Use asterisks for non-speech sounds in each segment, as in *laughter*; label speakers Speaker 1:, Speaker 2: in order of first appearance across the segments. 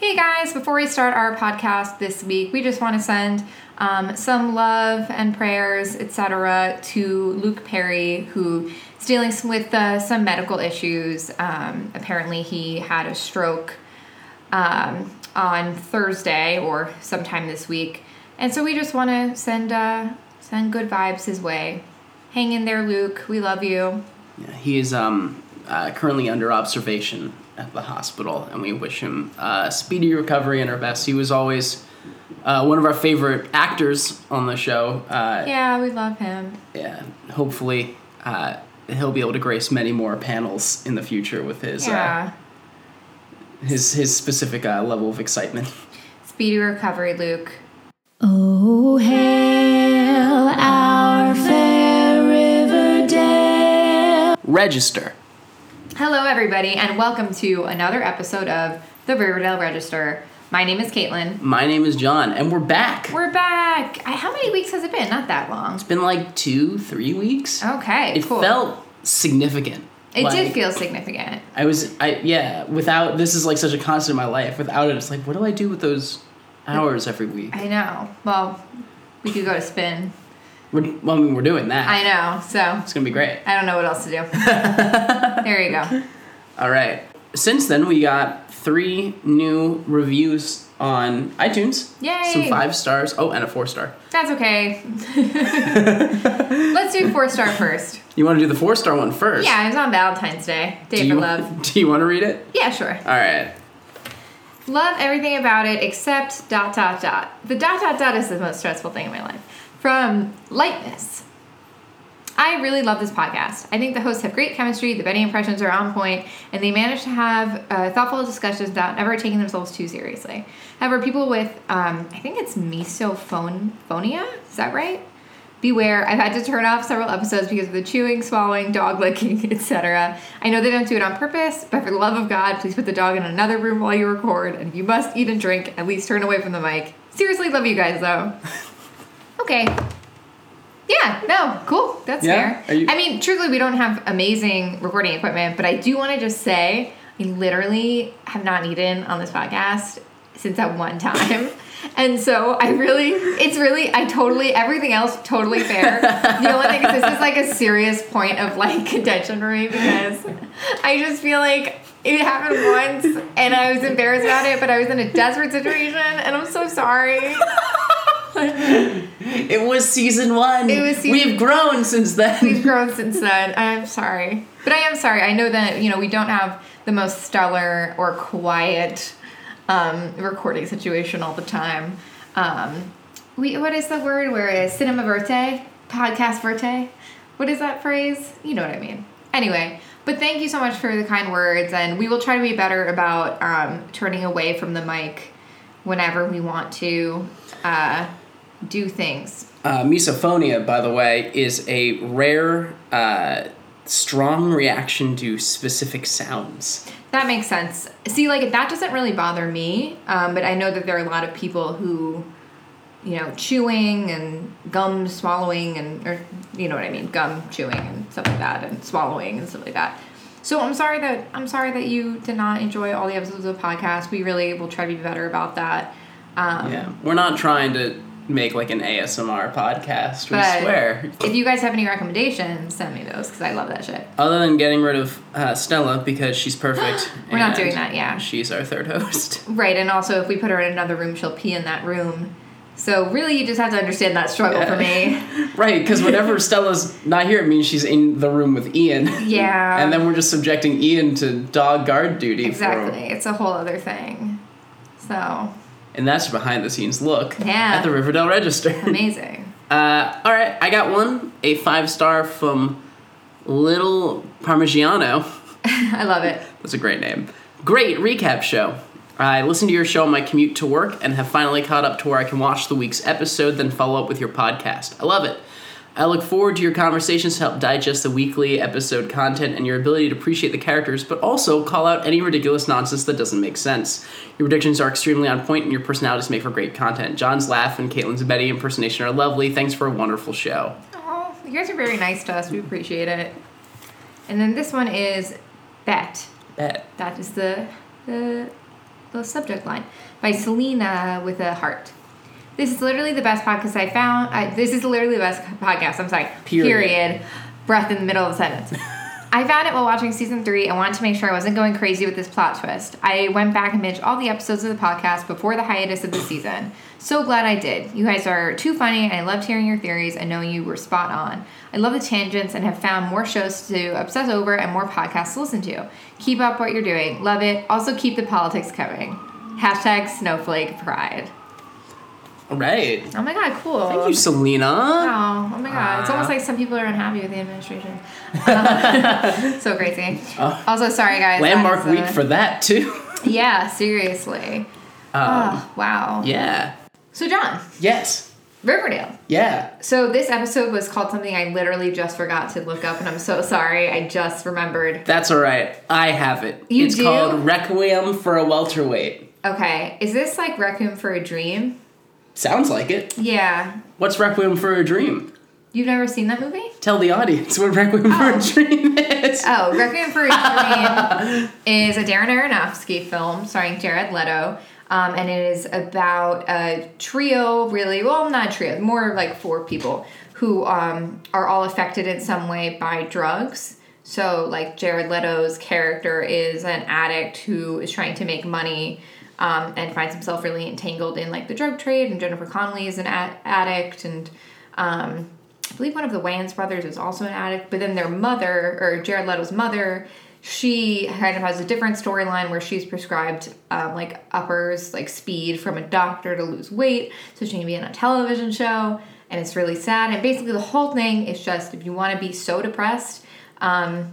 Speaker 1: Hey guys, before we start our podcast this week, we just want to send um, some love and prayers, etc., to Luke Perry, who is dealing s- with uh, some medical issues. Um, apparently, he had a stroke um, on Thursday or sometime this week, and so we just want to send uh, send good vibes his way. Hang in there, Luke. We love you.
Speaker 2: Yeah, he is um, uh, currently under observation at the hospital, and we wish him uh, speedy recovery and our best. He was always uh, one of our favorite actors on the show. Uh,
Speaker 1: Yeah, we love him.
Speaker 2: yeah. Hopefully, uh, he'll be able to grace many more panels in the future with his
Speaker 1: Yeah.
Speaker 2: uh, his his specific uh, level of excitement.
Speaker 1: Speedy recovery, Luke.
Speaker 3: Oh, hail our fair Riverdale.
Speaker 2: Register.
Speaker 1: Hello, everybody, and welcome to another episode of the Riverdale Register. My name is Caitlin.
Speaker 2: My name is John, and we're back.
Speaker 1: We're back. I, how many weeks has it been? Not that long.
Speaker 2: it's been like two, three weeks.
Speaker 1: Okay,
Speaker 2: it
Speaker 1: Oh, cool.
Speaker 2: felt significant.
Speaker 1: it
Speaker 2: Like-
Speaker 1: did feel significant.
Speaker 2: I was, I yeah. Without this is like such a constant in my life. Without it, it's like, what do I do with those hours every week?
Speaker 1: I know. Well, we could go to spin.
Speaker 2: We're, well, I mean, we're doing that.
Speaker 1: I know. So
Speaker 2: It's gonna be great.
Speaker 1: I don't know what else to do.
Speaker 2: *laughs*
Speaker 1: there you go.
Speaker 2: All right. Since then, we got three new reviews on iTunes.
Speaker 1: Yay.
Speaker 2: Some five stars. Oh, and a four star.
Speaker 1: That's
Speaker 2: *laughs*
Speaker 1: okay. Let's do four star first.
Speaker 2: You want to do the four star one first?
Speaker 1: Yeah, it was on Valentine's Day. Day
Speaker 2: Do
Speaker 1: for
Speaker 2: you
Speaker 1: love.
Speaker 2: *laughs* do you want to read it?
Speaker 1: Yeah, sure.
Speaker 2: All right.
Speaker 1: Love everything about it except dot dot dot. The dot dot dot is the most stressful thing in my life. From Lightness. I really love this podcast. I think the hosts have great chemistry, the betting impressions are on point, and they manage to have uh, thoughtful discussions without ever taking themselves too seriously. However, people with, um, I think it's misophonia, is that right? Beware, I've had to turn off several episodes because of the chewing, swallowing, dog licking, *laughs* etc. I know they don't do it on purpose, but for the love of God, please put the dog in another room while you record, and if you must eat and drink, at least turn away from the mic. Seriously, love you guys though. Okay. Yeah, no, cool. That's
Speaker 2: Yeah?
Speaker 1: fair.
Speaker 2: Are you-
Speaker 1: I mean, truthfully, we don't have amazing recording equipment, but I do want to just say I literally have not eaten on this podcast since that one time. *laughs* And so I really, it's really, I totally, everything else totally
Speaker 2: *laughs*
Speaker 1: fair. The only thing is, this is like a serious point of like contention for me because I just feel like it happened once and I was embarrassed about it, but I was in a desperate situation and I'm so sorry.
Speaker 2: It was season one.
Speaker 1: It was season-
Speaker 2: We've grown since then.
Speaker 1: We've grown since then. I'm sorry. But I am sorry. I know that, you know, we don't have the most stellar or quiet um, recording situation all the time. Um, we, what is the word where it is cinema verte? Podcast verte? What is that phrase? You know what I mean. Anyway, but thank you so much for the kind words, and we will try to be better about um, turning away from the mic whenever we want to uh, do things.
Speaker 2: Uh, misophonia, by the way, is a rare, uh, strong reaction to specific sounds.
Speaker 1: That makes sense. See, like that doesn't really bother me, um, but I know that there are a lot of people who, you know, chewing and gum swallowing and or you know what I mean, gum chewing and stuff like that, and swallowing and stuff like that. So I'm sorry that I'm sorry that you did not enjoy all the episodes of the podcast. We really will try to be better about that. Um,
Speaker 2: Yeah, we're not trying to make like an ASMR podcast. We
Speaker 1: But-
Speaker 2: swear.
Speaker 1: If you guys have any recommendations, send me those because I love that shit.
Speaker 2: Other than getting rid of uh, Stella because
Speaker 1: *gasps*
Speaker 2: she's perfect.
Speaker 1: We're not
Speaker 2: and
Speaker 1: doing that, yeah.
Speaker 2: She's our third host. *laughs*
Speaker 1: Right, and also if we put her in another room, she'll pee in that room. So really, you just have to understand that struggle for me.
Speaker 2: right, because whenever Stella's not here, it means she's in the room with Ian.
Speaker 1: *laughs* Yeah.
Speaker 2: and then we're just subjecting Ian to dog guard duty. for-
Speaker 1: Exactly. It's a whole other thing. So
Speaker 2: and that's a behind the scenes look
Speaker 1: Yeah.
Speaker 2: at the Riverdale Register.
Speaker 1: amazing. *laughs*
Speaker 2: Uh, all right, I got one, a five star from Little Parmigiano.
Speaker 1: I love it.
Speaker 2: That's a great name. Great recap show. I listened to your show on my commute to work and have finally caught up to where I can watch the week's episode, then follow up with your podcast. I love it. I look forward to your conversations to help digest the weekly episode content and your ability to appreciate the characters, but also call out any ridiculous nonsense that doesn't make sense. Your predictions are extremely on point, and your personalities make for great content. John's laugh and Caitlin's Betty impersonation are lovely. Thanks for a wonderful show.
Speaker 1: Oh, you guys are very nice to us. We appreciate it. And then this one is Bet.
Speaker 2: Bet.
Speaker 1: That is the the, the the subject line by Selena with a heart. This is literally the best podcast I found. I, this is literally the best podcast. I'm sorry.
Speaker 2: Period.
Speaker 1: Period. Breath in the middle of the sentence. I found it while watching season three and wanted to make sure I wasn't going crazy with this plot twist. I went back and binged all the episodes of the podcast before the hiatus of the season. So glad I did. You guys are too funny, and I loved hearing your theories. I know you were spot on. I love the tangents and have found more shows to obsess over and more podcasts to listen to. Keep up what you're doing. Love it. Also, keep the politics coming. Hashtag snowflake pride.
Speaker 2: All right.
Speaker 1: Oh my god, cool.
Speaker 2: Thank you, Selena.
Speaker 1: Oh, oh my god. It's
Speaker 2: Uh.
Speaker 1: almost like some people are unhappy with the
Speaker 2: *laughs*
Speaker 1: administration. so crazy. also, sorry guys. that
Speaker 2: Uh. Landmark
Speaker 1: is, uh,
Speaker 2: week for that too.
Speaker 1: *laughs*
Speaker 2: *laughs*
Speaker 1: Yeah, seriously.
Speaker 2: Um,
Speaker 1: oh, wow.
Speaker 2: yeah.
Speaker 1: So, John,
Speaker 2: Yes.
Speaker 1: Riverdale.
Speaker 2: Yeah.
Speaker 1: So, this episode was called something I literally just forgot to look up, and I'm so sorry. I just remembered.
Speaker 2: That's all right. I have it.
Speaker 1: You
Speaker 2: it's
Speaker 1: do?
Speaker 2: called Requiem for a Welterweight.
Speaker 1: Okay. Is this like Requiem for a Dream?
Speaker 2: Sounds like it.
Speaker 1: Yeah.
Speaker 2: What's Requiem for a Dream?
Speaker 1: You've never seen that movie?
Speaker 2: Tell the audience what Requiem for a Dream is.
Speaker 1: Oh, Requiem for a Dream is a Darren Aronofsky film starring Jared Leto. Um, and it is about a trio, really, well, not a trio, more like four people who um, are all affected in some way by drugs. So, like, Jared Leto's character is an addict who is trying to make money um, and finds himself really entangled in, like, the drug trade. And Jennifer Connelly is an a- addict. And um, I believe one of the Wayans brothers is also an addict, but then their mother, or Jared Leto's mother, she kind of has a different storyline where she's prescribed um, like uppers, like speed from a doctor to lose weight, so she can be in a television show, and it's really sad. And basically, the whole thing is just if you want to be so depressed um,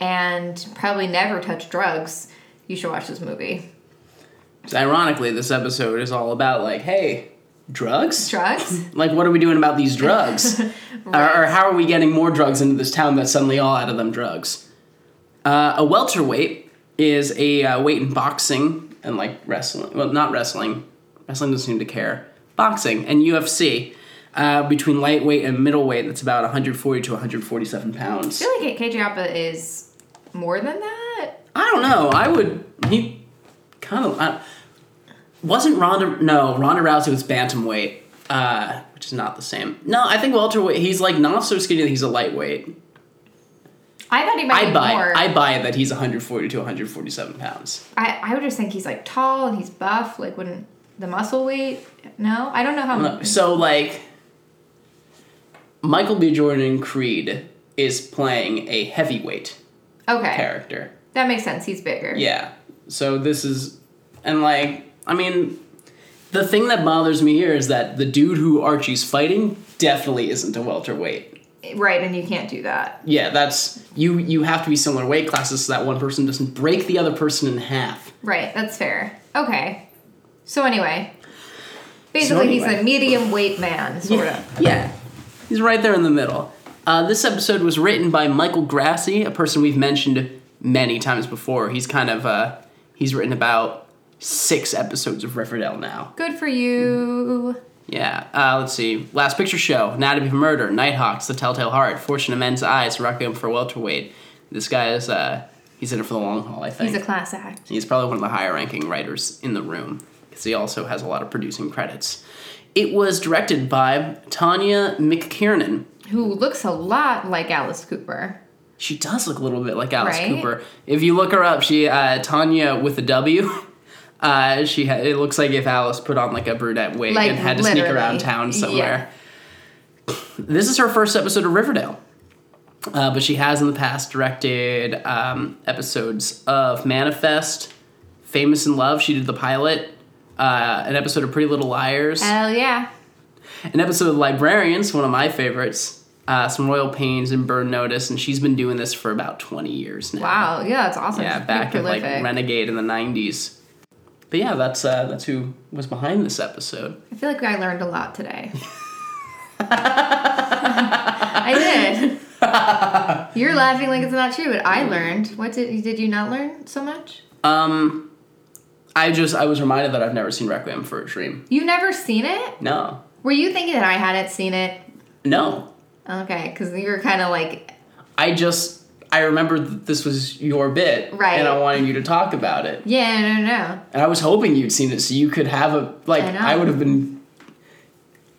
Speaker 1: and probably never touch drugs, you should watch this movie.
Speaker 2: So Ironically, this episode is all about like, hey, drugs?
Speaker 1: Drugs?
Speaker 2: Like, what are we doing about these drugs? or, or how are we getting more drugs into this town that's suddenly all out of them drugs? Uh, a welterweight is a uh, weight in boxing and like wrestling. Well, not wrestling. Wrestling doesn't seem to care. Boxing and UFC uh, between lightweight and middleweight. That's about 140 to 147 pounds.
Speaker 1: I feel like KJ Apa is more than that.
Speaker 2: I don't know. I would. He kind of I, wasn't Ronda. No, Ronda Rousey was bantamweight, uh, which is not the same. No, I think welterweight. He's like not so skinny that he's a lightweight.
Speaker 1: I thought he might
Speaker 2: I
Speaker 1: be
Speaker 2: buy.
Speaker 1: more.
Speaker 2: I buy that he's 140 to 147 pounds.
Speaker 1: I, I would just think he's like tall and he's buff. Like, wouldn't the muscle weight? No, I don't know how.
Speaker 2: No, So like, Michael B. Jordan in Creed is playing a heavyweight
Speaker 1: Okay,
Speaker 2: character.
Speaker 1: that makes sense. He's bigger.
Speaker 2: Yeah. So this is, and like, I mean, the thing that bothers me here is that the dude who Archie's fighting definitely isn't a welterweight.
Speaker 1: Right, and you can't do that.
Speaker 2: Yeah, that's you. You have to be similar weight classes so that one person doesn't break the other person in half.
Speaker 1: Right, that's fair. Okay. So anyway, basically, he's
Speaker 2: anyway.
Speaker 1: a medium weight
Speaker 2: *laughs*
Speaker 1: man, sort of.
Speaker 2: Yeah, he's right there in the middle. Uh, this episode was written by Michael Grassi, a person we've mentioned many times before. He's kind of uh, he's written about six episodes of Riverdale now.
Speaker 1: Good for you.
Speaker 2: Yeah. Uh, let's see. Last Picture Show, Anatomy of a Murder, Nighthawks, The Telltale Heart, Fortune of Men's Eyes, Requiem for Welterweight. This guy is, uh, he's in it for the long haul, I think.
Speaker 1: He's a class act.
Speaker 2: He's probably one of the higher ranking writers in the room because he also has a lot of producing credits. It was directed by Tanya McKiernan.
Speaker 1: Who looks a lot like Alice Cooper.
Speaker 2: She does look a little bit like Alice
Speaker 1: Right?
Speaker 2: Cooper. If you look her up, she uh, Tanya with a W. *laughs* Uh, she ha- it looks like if Alice put on like a brunette wig
Speaker 1: Like,
Speaker 2: and had to sneak
Speaker 1: literally.
Speaker 2: around town
Speaker 1: Yeah.
Speaker 2: somewhere. This is her first episode of Riverdale, uh, but she has in the past directed um, episodes of Manifest, Famous in Love. She did the pilot, uh, an episode of Pretty Little Liars
Speaker 1: Hell yeah.
Speaker 2: an episode of Librarians, one of my favorites. Uh, some Royal Pains and Burn Notice, and she's been doing this for about 20 years now.
Speaker 1: Wow. Yeah, that's awesome.
Speaker 2: Yeah,
Speaker 1: She's pretty
Speaker 2: back at like
Speaker 1: prolific.
Speaker 2: Renegade in the 90s. But yeah, that's uh, that's who was behind this episode.
Speaker 1: I feel like I learned a lot
Speaker 2: *laughs*
Speaker 1: today. I did. You're laughing like it's not true, but I learned. What did did you not learn so much?
Speaker 2: Um, I just I was reminded that I've never seen Requiem for a Dream.
Speaker 1: You've never seen it?
Speaker 2: No,
Speaker 1: Were you thinking that I hadn't seen it?
Speaker 2: no,
Speaker 1: Okay, because you were kind of like,
Speaker 2: I just I remember that this was your bit,
Speaker 1: Right.
Speaker 2: And I wanted you to talk about it,
Speaker 1: Yeah, no, no, no.
Speaker 2: and I was hoping you'd seen it so you could have a like.
Speaker 1: I know.
Speaker 2: I, would have been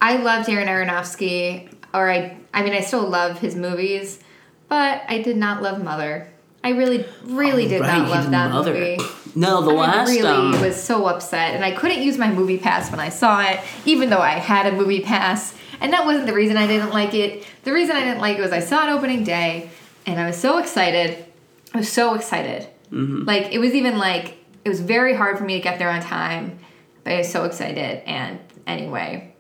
Speaker 1: I loved Aaron Aronofsky, or I, I mean, I still love his movies, but I did not love Mother. I really, really did
Speaker 2: Oh, right,
Speaker 1: not
Speaker 2: you
Speaker 1: love that
Speaker 2: mother.
Speaker 1: movie.
Speaker 2: No, the
Speaker 1: I
Speaker 2: last
Speaker 1: really
Speaker 2: um,
Speaker 1: was so upset, and I couldn't use my movie pass when I saw it, even though I had a movie pass. And that wasn't the reason I didn't like it. The reason I didn't like it was I saw it opening day, and I was so excited. I was so excited.
Speaker 2: Mm-hmm.
Speaker 1: Like it was even like it was very hard for me to get there on time, but I was so excited. And anyway,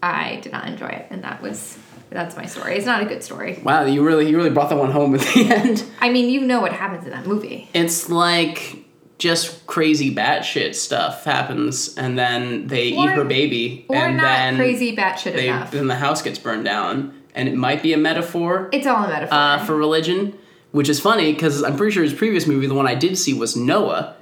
Speaker 1: I did not enjoy it, and that was that's my story. It's not a good story.
Speaker 2: wow. You really you really brought that one home at *laughs* the end.
Speaker 1: I mean, you know what happens in that movie.
Speaker 2: It's like just crazy batshit stuff happens, and then they
Speaker 1: Or-
Speaker 2: eat her baby,
Speaker 1: Or
Speaker 2: and
Speaker 1: not
Speaker 2: then
Speaker 1: crazy batshit
Speaker 2: they
Speaker 1: enough.
Speaker 2: then the house gets burned down, and it might be a metaphor
Speaker 1: It's all a metaphor.
Speaker 2: uh, for religion, which is funny because I'm pretty sure his previous movie, the one I did see, was Noah,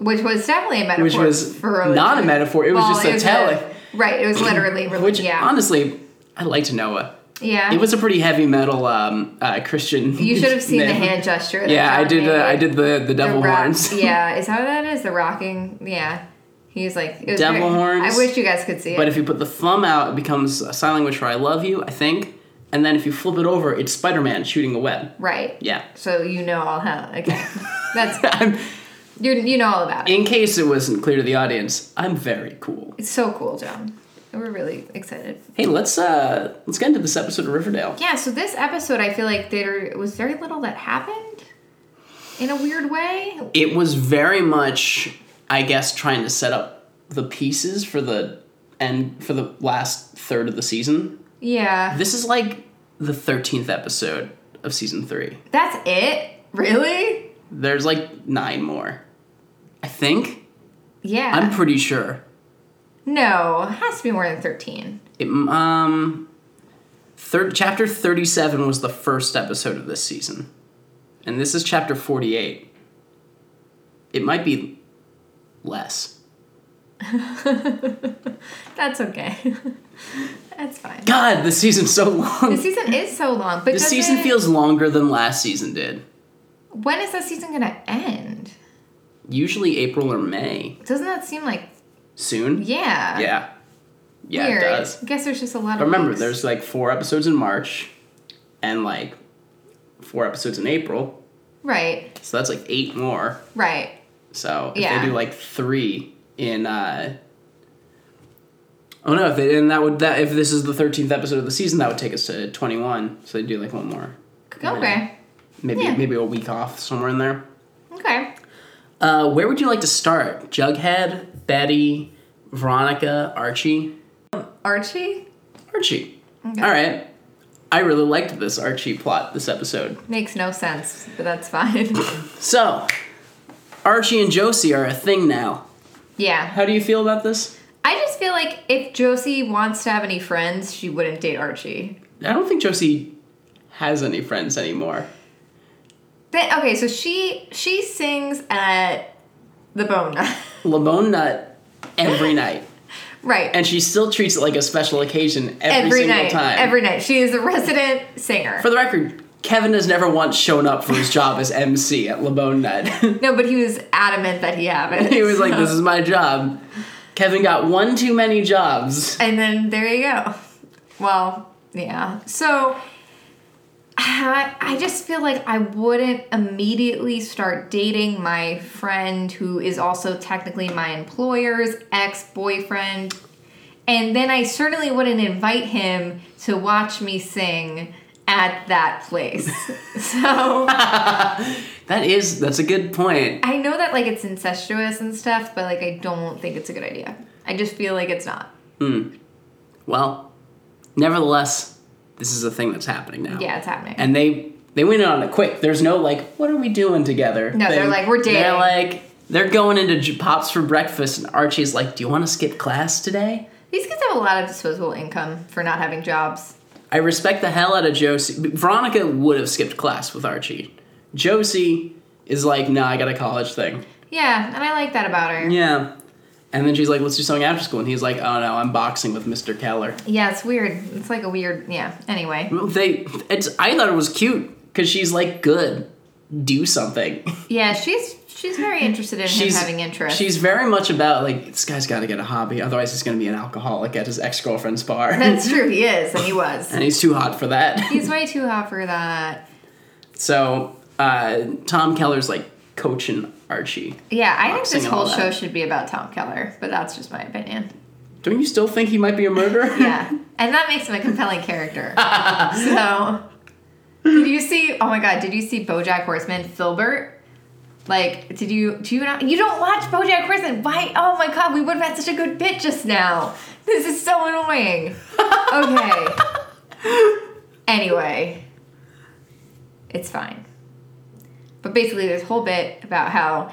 Speaker 1: which was definitely a metaphor.
Speaker 2: which was
Speaker 1: for religion.
Speaker 2: not a metaphor. It was
Speaker 1: Well,
Speaker 2: just a telling.
Speaker 1: right, it was literally religion.
Speaker 2: *clears throat* Which
Speaker 1: yeah,
Speaker 2: honestly, I liked Noah.
Speaker 1: yeah.
Speaker 2: It was a pretty heavy metal um, uh, Christian.
Speaker 1: You should have seen the
Speaker 2: *laughs* myth.
Speaker 1: hand gesture. that
Speaker 2: Yeah, I
Speaker 1: John
Speaker 2: did.
Speaker 1: made.
Speaker 2: Uh, I did the the
Speaker 1: The
Speaker 2: devil
Speaker 1: rock-
Speaker 2: horns. *laughs*
Speaker 1: yeah, is that what that is? The rocking. Yeah, he's like it was
Speaker 2: Devil
Speaker 1: very-
Speaker 2: horns.
Speaker 1: I wish you guys could see it.
Speaker 2: But if you put the thumb out, it becomes a sign language for "I love you," I think. And then if you flip it over, it's Spider-Man shooting a web.
Speaker 1: right.
Speaker 2: Yeah. *laughs*
Speaker 1: So you know all how. Okay, that's
Speaker 2: I'm,
Speaker 1: you. You know all about it.
Speaker 2: in case it wasn't clear to the audience, I'm very cool.
Speaker 1: It's so cool, John. We're really excited.
Speaker 2: Hey, let's uh let's get into this episode of Riverdale.
Speaker 1: Yeah. So this episode, I feel like there was very little that happened. In a weird way,
Speaker 2: It was very much, I guess, trying to set up the pieces for the end for the last third of the season.
Speaker 1: yeah.
Speaker 2: This is like the thirteenth episode of season three.
Speaker 1: That's it? Really?
Speaker 2: There's like nine more. I think.
Speaker 1: Yeah.
Speaker 2: I'm pretty sure.
Speaker 1: no, it has to be more than 13.
Speaker 2: It, um, third chapter thirty-seven was the first episode of this season, and this is chapter forty-eight. It might be less.
Speaker 1: That's okay. *laughs* That's fine.
Speaker 2: God, this season's so
Speaker 1: The
Speaker 2: long.
Speaker 1: season is so long, but
Speaker 2: This
Speaker 1: does
Speaker 2: season
Speaker 1: it-
Speaker 2: feels longer than last season did.
Speaker 1: When is that season gonna end?
Speaker 2: Usually April or May.
Speaker 1: Doesn't that seem like
Speaker 2: Soon.
Speaker 1: yeah?
Speaker 2: Yeah. Yeah,
Speaker 1: weird.
Speaker 2: it does.
Speaker 1: I guess there's just a lot
Speaker 2: But
Speaker 1: of.
Speaker 2: remember,
Speaker 1: weeks.
Speaker 2: there's like four episodes in March, and like four episodes in April.
Speaker 1: right,
Speaker 2: So that's like eight more.
Speaker 1: right.
Speaker 2: So if
Speaker 1: Yeah.
Speaker 2: they do like three in uh Oh no, if they and that would that if this is the thirteenth episode of the season, that would take us to twenty one. So they do like one more.
Speaker 1: Okay,
Speaker 2: Maybe
Speaker 1: Yeah.
Speaker 2: maybe a week off somewhere in there.
Speaker 1: okay.
Speaker 2: Uh where would you like to start? Jughead, Betty, Veronica, Archie?
Speaker 1: Archie
Speaker 2: Archie.
Speaker 1: Okay.
Speaker 2: Alright. I really liked this Archie plot this episode.
Speaker 1: makes no sense, but that's fine. *laughs*
Speaker 2: So Archie and Josie are a thing now.
Speaker 1: yeah,
Speaker 2: How do you feel about this?
Speaker 1: I just feel like if Josie wants to have any friends, she wouldn't date Archie.
Speaker 2: I don't think Josie has any friends anymore.
Speaker 1: But, okay, so she she sings at the Bone Nut.
Speaker 2: Labone Nut every night.
Speaker 1: *laughs* right.
Speaker 2: And she still treats it like a special occasion every,
Speaker 1: every
Speaker 2: single
Speaker 1: night.
Speaker 2: time.
Speaker 1: Every night. She is a resident singer.
Speaker 2: For the record, Kevin has never once shown up for his job as MC at Labone Nut. *laughs*
Speaker 1: no, but he was adamant that he haven't.
Speaker 2: he was
Speaker 1: *laughs*
Speaker 2: like, This is my job. Kevin got one too many jobs.
Speaker 1: And then there you go. Well, yeah. So I, I just feel like I wouldn't immediately start dating my friend who is also technically my employer's ex boyfriend. And then I certainly wouldn't invite him to watch me sing at that place. so
Speaker 2: That is that's a good point.
Speaker 1: I know that like it's incestuous and stuff, but like I don't think it's a good idea. I just feel like it's not.
Speaker 2: Well, nevertheless, this is a thing that's happening now.
Speaker 1: Yeah, it's happening.
Speaker 2: and they they went in on it quick. There's no like, what are we doing together?
Speaker 1: No, they're like, we're dating.
Speaker 2: They're like, they're going into J- pops for breakfast, and Archie's like, do you want to skip class today?
Speaker 1: These kids have a lot of disposable income for not having jobs.
Speaker 2: I respect the hell out of Josie. Veronica would have skipped class with Archie. Josie is like, nah, I got a college thing.
Speaker 1: Yeah, and I like that about her. Yeah,
Speaker 2: Yeah. And then she's like, let's do something after school. And he's like, oh no, I'm boxing with Mr. Keller.
Speaker 1: it's weird. It's like a weird. Yeah. Anyway,
Speaker 2: They, it's. I thought it was cute because she's like, good, do something.
Speaker 1: Yeah, she's she's very interested in
Speaker 2: she's
Speaker 1: him having interest.
Speaker 2: She's very much about like this guy's got to get a hobby, otherwise he's going to be an alcoholic at his ex girlfriend's bar,
Speaker 1: That's true. He is, and he was.
Speaker 2: *laughs* and he's too hot for that.
Speaker 1: He's way too hot for that.
Speaker 2: *laughs* so uh, Tom Keller's like coaching Archie.
Speaker 1: Yeah, I think
Speaker 2: Boxing
Speaker 1: this
Speaker 2: and all
Speaker 1: whole show
Speaker 2: that.
Speaker 1: should be about Tom Keller, but that's just my opinion.
Speaker 2: Don't you still think he might be a murderer?
Speaker 1: *laughs* Yeah, and that makes him a compelling character. so, did you see? Oh my God, did you see BoJack Horseman Filbert? Like, did you do you not? You don't watch BoJack Horseman? Why? Oh my God, we would have had such a good bit just now. This is so annoying. Okay. anyway, it's fine. But basically, this whole bit about how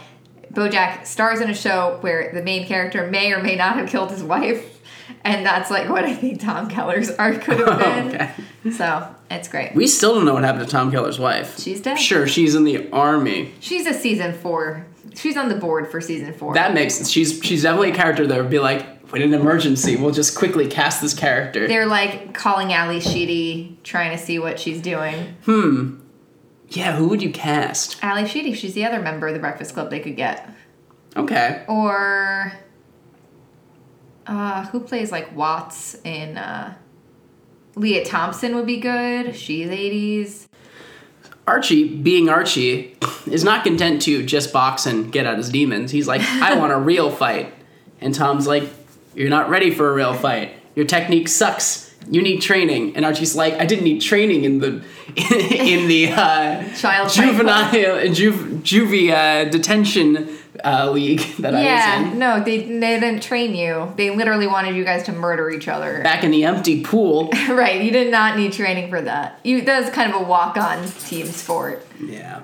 Speaker 1: Bojack stars in a show where the main character may or may not have killed his wife, and that's like what I think Tom Keller's arc could have been.
Speaker 2: *laughs* Okay.
Speaker 1: So it's great.
Speaker 2: We still don't know what happened to Tom Keller's wife.
Speaker 1: She's dead.
Speaker 2: Sure, she's in the army.
Speaker 1: She's a season four. She's on the board for season four.
Speaker 2: That makes sense. She's she's definitely a character that would be like, when an emergency, we'll just quickly cast this character.
Speaker 1: They're like calling Ali Sheedy, trying to see what she's doing.
Speaker 2: yeah, who would you cast?
Speaker 1: Ali Sheedy, she's the other member of the Breakfast Club they could get.
Speaker 2: Okay.
Speaker 1: Or uh, who plays like Watts in uh, Leah Thompson would be good. She's 80s.
Speaker 2: Archie, being Archie, is not content to just box and get out his demons. He's like, I want a real fight. And Tom's like, You're not ready for a real fight. Your technique sucks. You need training. And Archie's like, I didn't need training in the *laughs* in the uh,
Speaker 1: Child fight club.
Speaker 2: juvenile and juv, juvie uh, detention uh, league that I was
Speaker 1: Yeah,
Speaker 2: in.
Speaker 1: no, they, they didn't train you. They literally wanted you guys to murder each other. *laughs*
Speaker 2: Back in the empty pool.
Speaker 1: right, you did not need training for that. You That was kind of a walk on team sport.
Speaker 2: yeah,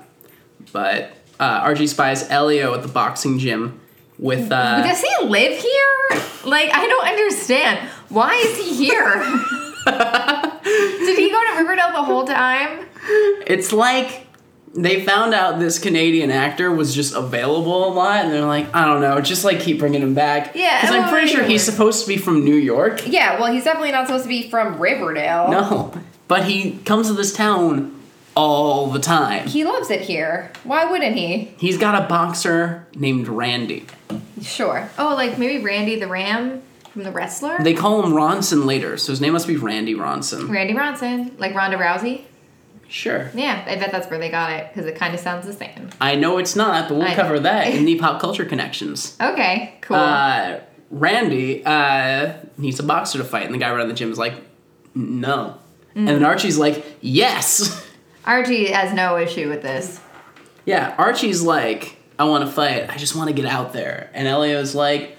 Speaker 2: but uh, Archie spies Elio at the boxing gym with uh,
Speaker 1: Does he live here? Like, I don't understand. Why is he
Speaker 2: *laughs*
Speaker 1: here? Did he go to Riverdale the whole time?
Speaker 2: It's like they found out this Canadian actor was just available a lot, and they're like, I don't know, just like keep bringing him back.
Speaker 1: Yeah,
Speaker 2: because I'm
Speaker 1: well,
Speaker 2: pretty sure
Speaker 1: anyway.
Speaker 2: he's supposed to be from New York.
Speaker 1: Yeah, well, he's definitely not supposed to be from Riverdale.
Speaker 2: No, but he comes to this town all the time.
Speaker 1: He loves it here. Why wouldn't he?
Speaker 2: He's got a boxer named Randy.
Speaker 1: Sure. Oh, like maybe Randy the Ram from The Wrestler?
Speaker 2: They call him Ronson later, so his name must be Randy Ronson.
Speaker 1: Randy Ronson, like Ronda Rousey.
Speaker 2: Sure.
Speaker 1: Yeah, I bet that's where they got it because it kind of sounds the same.
Speaker 2: I know it's not, but we'll
Speaker 1: I-
Speaker 2: cover that in the pop culture connections.
Speaker 1: Okay, cool.
Speaker 2: uh, Randy uh, needs a boxer to fight, and the guy around the gym is like, no. And then Archie's like, yes. *laughs*
Speaker 1: Archie has no issue with this.
Speaker 2: yeah, Archie's like, I want to fight. I just want to get out there. And Elio's like,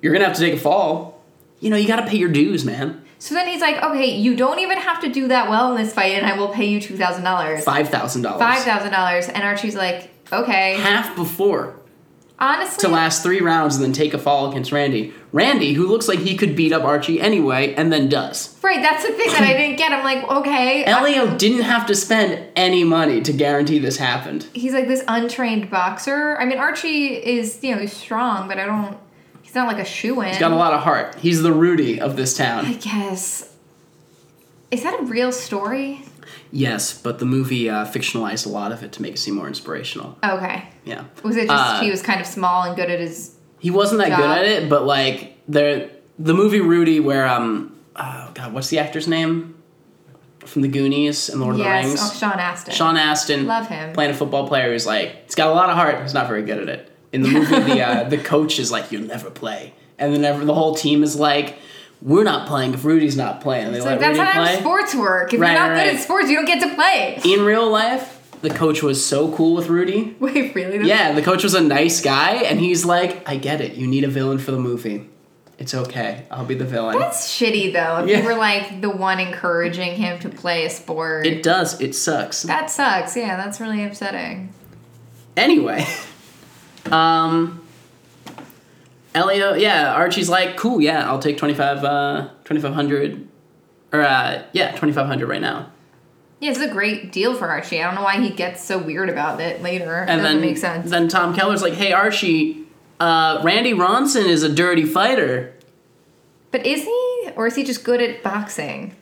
Speaker 2: you're gonna have to take a fall. You know, you gotta pay your dues, man.
Speaker 1: So then he's like, okay, you don't even have to do that well in this fight, and I will pay you $2,000.
Speaker 2: Five thousand dollars.
Speaker 1: $5,000. And Archie's like, okay.
Speaker 2: Half before to
Speaker 1: Honestly,
Speaker 2: last three rounds and then take a fall against Randy. Randy, who looks like he could beat up Archie anyway, and then does.
Speaker 1: right, that's the thing that
Speaker 2: *laughs*
Speaker 1: I didn't get. I'm like, okay.
Speaker 2: Elio didn't have to spend any money to guarantee this happened.
Speaker 1: he's like this untrained boxer. I mean, Archie is, you know, he's strong, but I don't, he's not like a shoe in.
Speaker 2: He's got a lot of heart. He's the Rudy of this
Speaker 1: I
Speaker 2: town.
Speaker 1: guess. Is that a real story?
Speaker 2: Yes, but the movie uh, fictionalized a lot of it to make it seem more inspirational.
Speaker 1: Okay.
Speaker 2: Yeah.
Speaker 1: Was it just
Speaker 2: Uh,
Speaker 1: he was kind of small and good at his.
Speaker 2: He wasn't that good
Speaker 1: job?
Speaker 2: at it, but like there, the movie Rudy, where um, oh god, what's the actor's name from the Goonies and Lord
Speaker 1: Yes.
Speaker 2: of the
Speaker 1: Oh,
Speaker 2: Rings?
Speaker 1: Sean Astin.
Speaker 2: Sean Astin.
Speaker 1: Love him.
Speaker 2: Playing a football player who's like, he's got a lot of heart. He's not very good at it. In the movie, the uh, the coach is like, "You'll never play," and then ever, the whole team is like, "We're not playing if Rudy's not playing." They
Speaker 1: It's like,
Speaker 2: let
Speaker 1: that's
Speaker 2: Rudy
Speaker 1: how
Speaker 2: play.
Speaker 1: sports work. If
Speaker 2: Right,
Speaker 1: you're not
Speaker 2: right,
Speaker 1: good
Speaker 2: right.
Speaker 1: at sports, you don't get to play.
Speaker 2: in real life, the coach was so cool with Rudy.
Speaker 1: *laughs* Wait, really?
Speaker 2: Yeah, the coach was a nice guy, and he's like, I get it. You need a villain for the movie. It's okay. I'll be the villain.
Speaker 1: That's shitty though. If
Speaker 2: Yeah.
Speaker 1: you were like the one encouraging him to play a sport,
Speaker 2: it does. It sucks.
Speaker 1: that sucks. Yeah, that's really upsetting.
Speaker 2: Anyway, *laughs* um, Elio, yeah, Archie's like, cool, yeah, I'll take 25, uh, 2500, or, uh, yeah, 2500 right now.
Speaker 1: Yeah, it's a great deal for Archie. I don't know why he gets so weird about it later.
Speaker 2: And
Speaker 1: Doesn't
Speaker 2: then,
Speaker 1: make sense.
Speaker 2: then Tom Keller's like, hey, Archie, uh, Randy Ronson is a dirty fighter.
Speaker 1: but is he, or is he just good at boxing?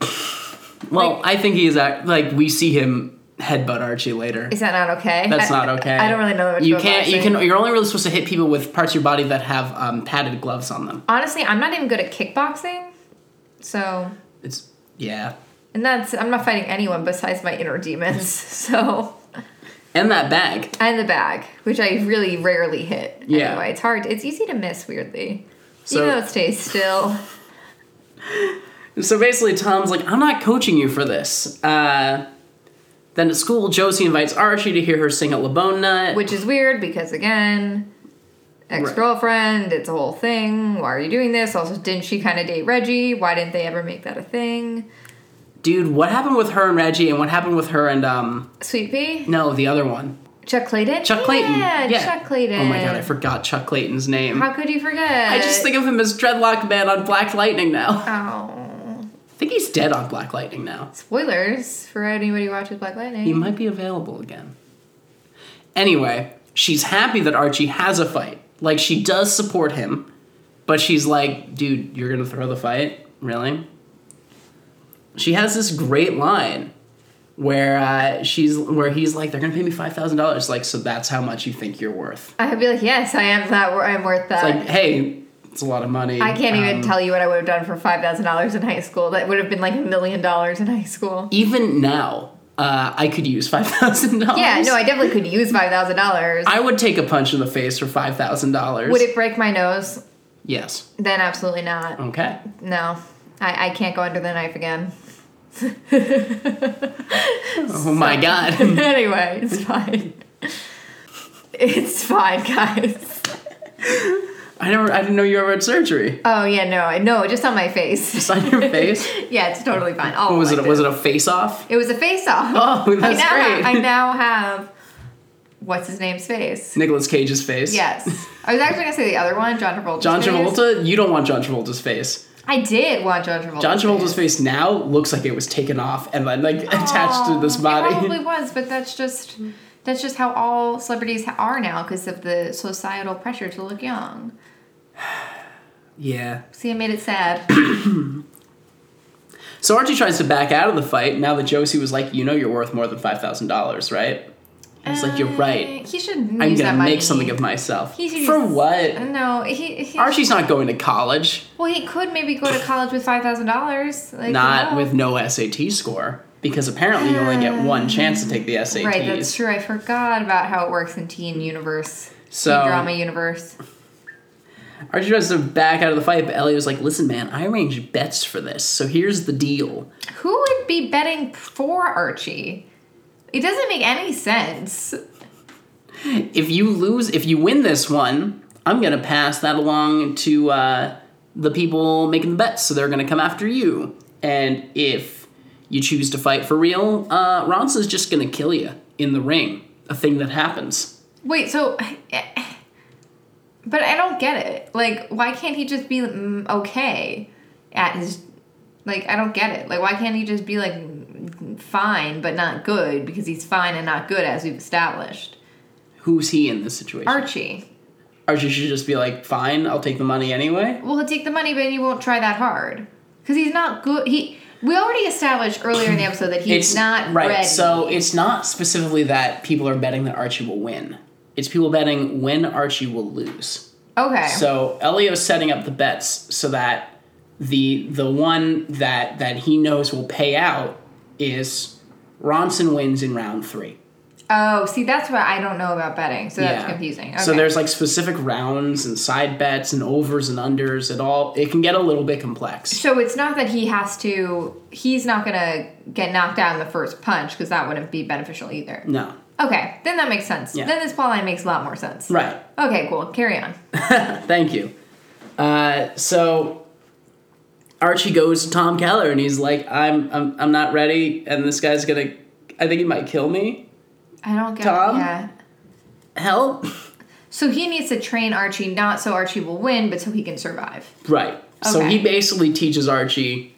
Speaker 2: Well, I think he is act- like we see him headbutt Archie later.
Speaker 1: Is that not okay?
Speaker 2: That's
Speaker 1: I-
Speaker 2: not okay.
Speaker 1: I don't really know that much
Speaker 2: You
Speaker 1: about
Speaker 2: can't. You
Speaker 1: boxing.
Speaker 2: can. You're only really supposed to hit people with parts of your body that have um, padded gloves on them.
Speaker 1: Honestly, I'm not even good at kickboxing. So,
Speaker 2: It's yeah.
Speaker 1: and that's, I'm not fighting anyone besides my inner demons. *laughs* So,
Speaker 2: And that bag.
Speaker 1: and the bag, which I really rarely hit.
Speaker 2: Yeah.
Speaker 1: Anyway, it's hard. It's easy to miss, weirdly.
Speaker 2: So-
Speaker 1: Even though it stays still.
Speaker 2: So basically, Tom's like, I'm not coaching you for this. Uh, then at school, Josie invites Archie to hear her sing at Labona.
Speaker 1: Which is weird because again, ex girlfriend, it's a whole thing. Why are you doing this? Also, didn't she kind of date Reggie? Why didn't they ever make that a thing?
Speaker 2: Dude, what happened with her and Reggie, and what happened with her and um,
Speaker 1: Sweet Pea?
Speaker 2: no, the other one,
Speaker 1: Chuck Clayton?
Speaker 2: Chuck Clayton.
Speaker 1: Yeah, Chuck Clayton.
Speaker 2: Oh my god, I forgot Chuck Clayton's name.
Speaker 1: How could you forget?
Speaker 2: I just think of him as Dreadlock Man on Black Lightning now.
Speaker 1: Oh.
Speaker 2: I think he's dead on Black Lightning now.
Speaker 1: Spoilers for anybody who watches Black Lightning.
Speaker 2: He might be available again. Anyway, she's happy that Archie has a fight. Like, she does support him, but she's like, dude, you're gonna throw the fight? Really? She has this great line where uh, she's where he's like, they're gonna pay me five thousand dollars. Like, so that's how much you think you're worth.
Speaker 1: I would be like, yes, I am that. wor- I'm worth that.
Speaker 2: It's like, hey, it's a lot of money.
Speaker 1: I can't even
Speaker 2: Um,
Speaker 1: tell you what I would have done for five thousand dollars in high school. That would have been like a million dollars in high school.
Speaker 2: Even now, uh, I could use five thousand dollars.
Speaker 1: Yeah, no, I definitely could use five thousand dollars.
Speaker 2: I would take a punch in the face for five thousand dollars.
Speaker 1: Would it break my nose?
Speaker 2: Yes.
Speaker 1: Then absolutely not.
Speaker 2: Okay.
Speaker 1: No, I, I can't go under the knife again.
Speaker 2: Oh my
Speaker 1: *laughs*
Speaker 2: god.
Speaker 1: anyway, it's fine. It's fine, guys.
Speaker 2: *laughs* I never. I didn't know you ever had surgery. *laughs*
Speaker 1: Oh yeah, no, no, just on my face. *laughs*
Speaker 2: Just on your face.
Speaker 1: yeah, it's totally fine. All
Speaker 2: What was it?
Speaker 1: elective.
Speaker 2: Was it a face off?
Speaker 1: It was a face off.
Speaker 2: Oh, that's
Speaker 1: I now
Speaker 2: great.
Speaker 1: Have, I now have what's his name's face.
Speaker 2: *laughs* Nicolas Cage's face.
Speaker 1: Yes, I was actually gonna say the other one, John Travolta.
Speaker 2: John Travolta. You don't want John Travolta's face.
Speaker 1: I did want John Travolta.
Speaker 2: John Travolta's face now looks like it was taken off and then like *laughs* attached to this body.
Speaker 1: Um, It probably was, but that's just that's just how all celebrities are now because of the societal pressure to look young.
Speaker 2: *laughs* Yeah.
Speaker 1: See, I made it sad.
Speaker 2: So Archie tries to back out of the fight now that Josie was like, you know, you're worth more than five thousand dollars, right? *clears throat* It's like you're right.
Speaker 1: Uh, He shouldn't
Speaker 2: I'm
Speaker 1: use that
Speaker 2: gonna
Speaker 1: money.
Speaker 2: make something of myself.
Speaker 1: He should
Speaker 2: For
Speaker 1: use-
Speaker 2: what?
Speaker 1: No, he, he
Speaker 2: Archie's not going to college.
Speaker 1: Well, he could maybe go to college with five thousand dollars. Like no.
Speaker 2: not
Speaker 1: Ah.
Speaker 2: with no SAT score because apparently you only get one chance to take the SATs.
Speaker 1: Right, that's true. I forgot about how it works in teen universe,
Speaker 2: So-
Speaker 1: teen drama universe.
Speaker 2: Archie tries to back out of the fight, but Ellie was like, "Listen, man, I arranged bets for this, so here's the deal."
Speaker 1: Who would be betting for Archie? It doesn't make any sense.
Speaker 2: If you lose, if you win this one, I'm gonna pass that along to uh, the people making the bets, so they're gonna come after you. And if you choose to fight for real, uh, Ronsa's just gonna kill you in the ring, a thing that happens.
Speaker 1: Wait, so. But I don't get it. Like, why can't he just be mm, okay at his. Like, I don't get it. Like, why can't he just be, like, mm, fine but not good? Because he's fine and not good, as we've established.
Speaker 2: Who's he in this situation?
Speaker 1: Archie.
Speaker 2: Archie should just be like, "Fine, I'll take the money anyway."
Speaker 1: Well, he'll take the money, but he won't try that hard. Because he's not good. He. We already established earlier in the episode that he's not
Speaker 2: right.
Speaker 1: ready.
Speaker 2: So it's not specifically that people are betting that Archie will win. It's people betting when Archie will lose.
Speaker 1: okay.
Speaker 2: So Elio's setting up the bets so that the the one that that he knows will pay out is Ronson wins in round three.
Speaker 1: oh, see, that's what I don't know about betting. So that's confusing. Okay.
Speaker 2: So there's like specific rounds and side bets and overs and unders. It all it can get a little bit complex.
Speaker 1: So it's not that he has to. He's not gonna get knocked out in the first punch because that wouldn't be beneficial either.
Speaker 2: No.
Speaker 1: Okay, then that makes sense.
Speaker 2: Yeah.
Speaker 1: Then this plot line makes a lot more sense.
Speaker 2: Right.
Speaker 1: Okay, cool. Carry on.
Speaker 2: Thank you. Uh, so Archie goes to Tom Keller and he's like, "I'm I'm I'm not ready, and this guy's gonna, I think he might kill me.
Speaker 1: I don't get.
Speaker 2: Tom?
Speaker 1: Yeah.
Speaker 2: Help!"
Speaker 1: So he needs to train Archie not so Archie will win, but so he can survive.
Speaker 2: Right. So
Speaker 1: Okay.
Speaker 2: he basically teaches Archie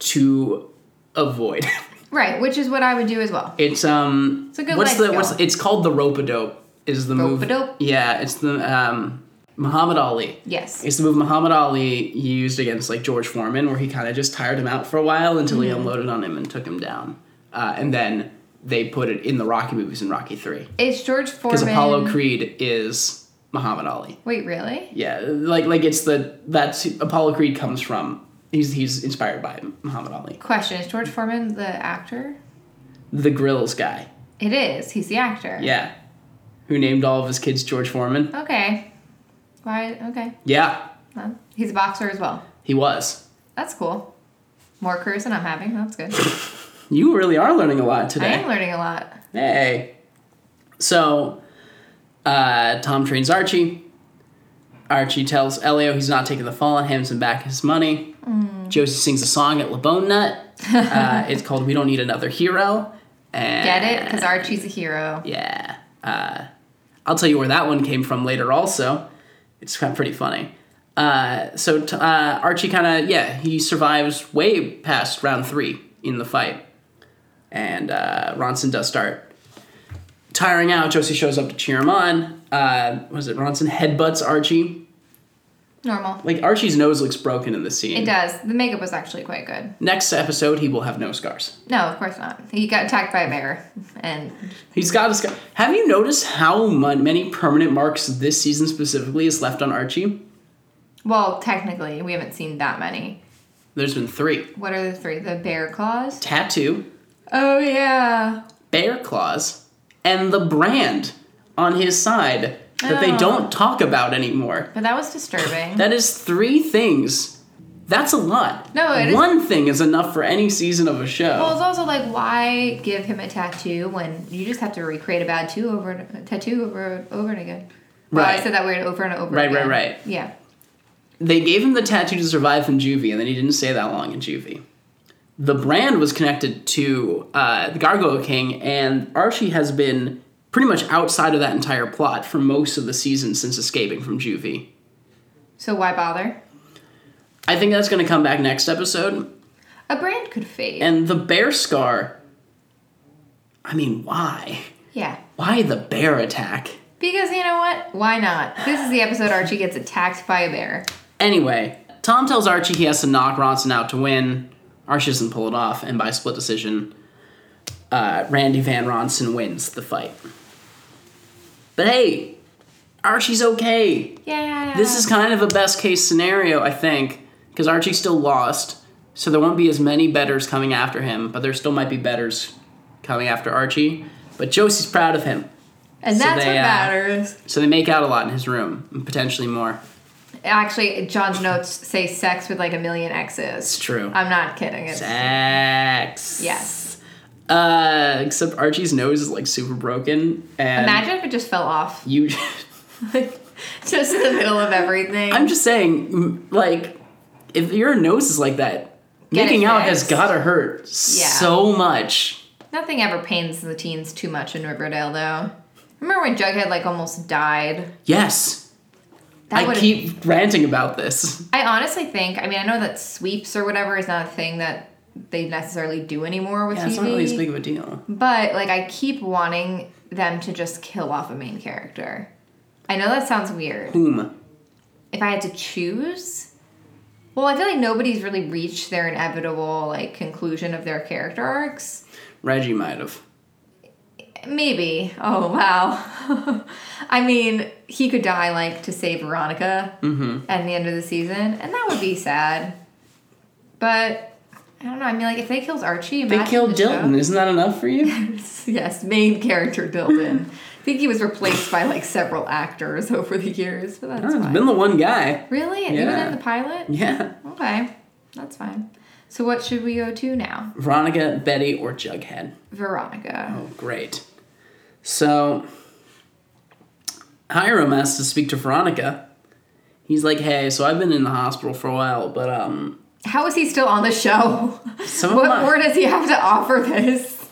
Speaker 2: to avoid. *laughs*
Speaker 1: Right, which is what I would do as well.
Speaker 2: it's um.
Speaker 1: It's a good
Speaker 2: what's
Speaker 1: life
Speaker 2: the
Speaker 1: skill.
Speaker 2: what's it's called the rope a dope is the move.
Speaker 1: Rope-a-dope?
Speaker 2: Yeah, it's the um Muhammad Ali.
Speaker 1: Yes.
Speaker 2: It's the move Muhammad Ali used against like George
Speaker 1: Mm-hmm.
Speaker 2: Foreman, where he kind of just tired him out for a while until he unloaded on him and took him down, uh, and then they put it in the Rocky movies in Rocky Three
Speaker 1: It's George
Speaker 2: because
Speaker 1: Foreman.
Speaker 2: Apollo Creed is Muhammad Ali.
Speaker 1: Wait, really?
Speaker 2: Yeah, like like it's the that's Apollo Creed comes from. He's he's inspired by Muhammad Ali,
Speaker 1: Question: Is George Foreman the actor?
Speaker 2: the grills guy.
Speaker 1: It is. He's the actor.
Speaker 2: Yeah, who named all of his kids George Foreman?
Speaker 1: Okay. Why? Okay.
Speaker 2: Yeah,
Speaker 1: Well, he's a boxer as well.
Speaker 2: he was.
Speaker 1: That's cool. More careers than I'm having. That's good.
Speaker 2: *laughs* You really are learning a lot
Speaker 1: I
Speaker 2: today.
Speaker 1: am learning a lot.
Speaker 2: Hey. So, uh, Tom trains Archie. Archie tells Elio he's not taking the fall and hands him back his money.
Speaker 1: Mm.
Speaker 2: Josie sings a song at La
Speaker 1: *laughs*
Speaker 2: Bone Nut. uh, it's called We Don't Need Another Hero. And
Speaker 1: Get it? Because Archie's a hero.
Speaker 2: Yeah. Uh, I'll tell you where that one came from later, also. It's kind of pretty funny. Uh, so t- uh, Archie kind of, yeah, he survives way past round three in the fight. And uh, Ronson does start tiring out. Josie shows up to cheer him on. Uh, was it Ronson headbutts Archie?
Speaker 1: Normal.
Speaker 2: Like, Archie's nose looks broken in the scene.
Speaker 1: It does. The makeup was actually quite good.
Speaker 2: Next episode, he will have no scars.
Speaker 1: No, of course not. He got attacked by a bear, and
Speaker 2: He's got a scar. Have you noticed how mon- many permanent marks this season specifically is left on Archie?
Speaker 1: well, technically, we haven't seen that many.
Speaker 2: There's been three.
Speaker 1: What are the three? The bear claws.
Speaker 2: tattoo,
Speaker 1: Oh yeah.
Speaker 2: bear claws, and the brand on his side that they
Speaker 1: Oh.
Speaker 2: don't talk about anymore.
Speaker 1: But that was disturbing.
Speaker 2: That is three things. That's a lot.
Speaker 1: No, it is-
Speaker 2: one thing is enough for any season of a show.
Speaker 1: Well, it's also like, why give him a tattoo when you just have to recreate a bad tattoo over and, a tattoo over over and again? Well, I
Speaker 2: Right.
Speaker 1: said that word over and over.
Speaker 2: Right, right,
Speaker 1: again.
Speaker 2: right.
Speaker 1: Yeah,
Speaker 2: they gave him the tattoo to survive from juvie, and then he didn't stay that long in juvie. The brand was connected to uh, the Gargoyle King, and Archie has been pretty much outside of that entire plot for most of the season since escaping from juvie.
Speaker 1: so why bother?
Speaker 2: I think that's going to come back next episode.
Speaker 1: A brand could fade.
Speaker 2: And the bear scar. I mean, why?
Speaker 1: yeah,
Speaker 2: Why the bear attack?
Speaker 1: because you know what? Why not? This is the episode Archie gets attacked by a bear.
Speaker 2: Anyway, Tom tells Archie he has to knock Ronson out to win. Archie doesn't pull it off, and by split decision, uh, Randy Van Ronson wins the fight. But hey, Archie's okay.
Speaker 1: Yeah.
Speaker 2: This is kind of a best case scenario, I think, because Archie still lost, so there won't be as many betters coming after him, but there still might be betters coming after Archie. But Josie's proud of him,
Speaker 1: and
Speaker 2: so
Speaker 1: that's
Speaker 2: they,
Speaker 1: what
Speaker 2: uh,
Speaker 1: matters.
Speaker 2: so they make out a lot in his room, and potentially more.
Speaker 1: Actually, John's notes say sex with like a million X's. It's
Speaker 2: true.
Speaker 1: I'm not kidding. It's,
Speaker 2: Sex.
Speaker 1: Uh, Yes.
Speaker 2: Uh, except Archie's nose is like super broken, and
Speaker 1: Imagine if it just fell off,
Speaker 2: you. *laughs*
Speaker 1: *laughs* just in the middle of everything.
Speaker 2: I'm just saying, m- like, if your nose is like that,
Speaker 1: Get it
Speaker 2: making out has
Speaker 1: fixed.
Speaker 2: gotta hurt so much.
Speaker 1: Nothing ever pains the teens too much in Riverdale, though. Remember when Jughead like almost died?
Speaker 2: Yes.
Speaker 1: That
Speaker 2: I
Speaker 1: would've-
Speaker 2: keep ranting about this.
Speaker 1: I honestly think. I mean, I know that sweeps or whatever is not a thing that they necessarily do anymore with
Speaker 2: Yeah,
Speaker 1: TV.
Speaker 2: it's not really as big of a deal.
Speaker 1: But like, I keep wanting them to just kill off a main character. I know that sounds weird.
Speaker 2: Boom.
Speaker 1: If I had to choose, well, I feel like nobody's really reached their inevitable like conclusion of their character arcs.
Speaker 2: Reggie might have.
Speaker 1: Maybe. Oh wow. *laughs* I mean, he could die like to save Veronica
Speaker 2: Mm-hmm.
Speaker 1: at the end of the season, and that would be sad. But I don't know. I mean, like if they killed Archie,
Speaker 2: They
Speaker 1: imagine
Speaker 2: killed
Speaker 1: the show.
Speaker 2: Dilton. Isn't that enough for you?
Speaker 1: Yes, main character Dilton. I think he was replaced by like several actors *laughs* over the years, but *laughs* that's
Speaker 2: Oh, It's
Speaker 1: fine.
Speaker 2: been the one guy. *laughs*
Speaker 1: really, and even
Speaker 2: Yeah.
Speaker 1: in the pilot.
Speaker 2: Yeah.
Speaker 1: Okay, that's fine. So what should we go to now?
Speaker 2: Veronica, Betty, or Jughead.
Speaker 1: Veronica.
Speaker 2: Oh, great. So, Hiram has to speak to Veronica. He's like, hey, so I've been in the hospital for a while, but, um,
Speaker 1: How is he still on the show?
Speaker 2: some of,
Speaker 1: what
Speaker 2: my,
Speaker 1: more does he have to offer this?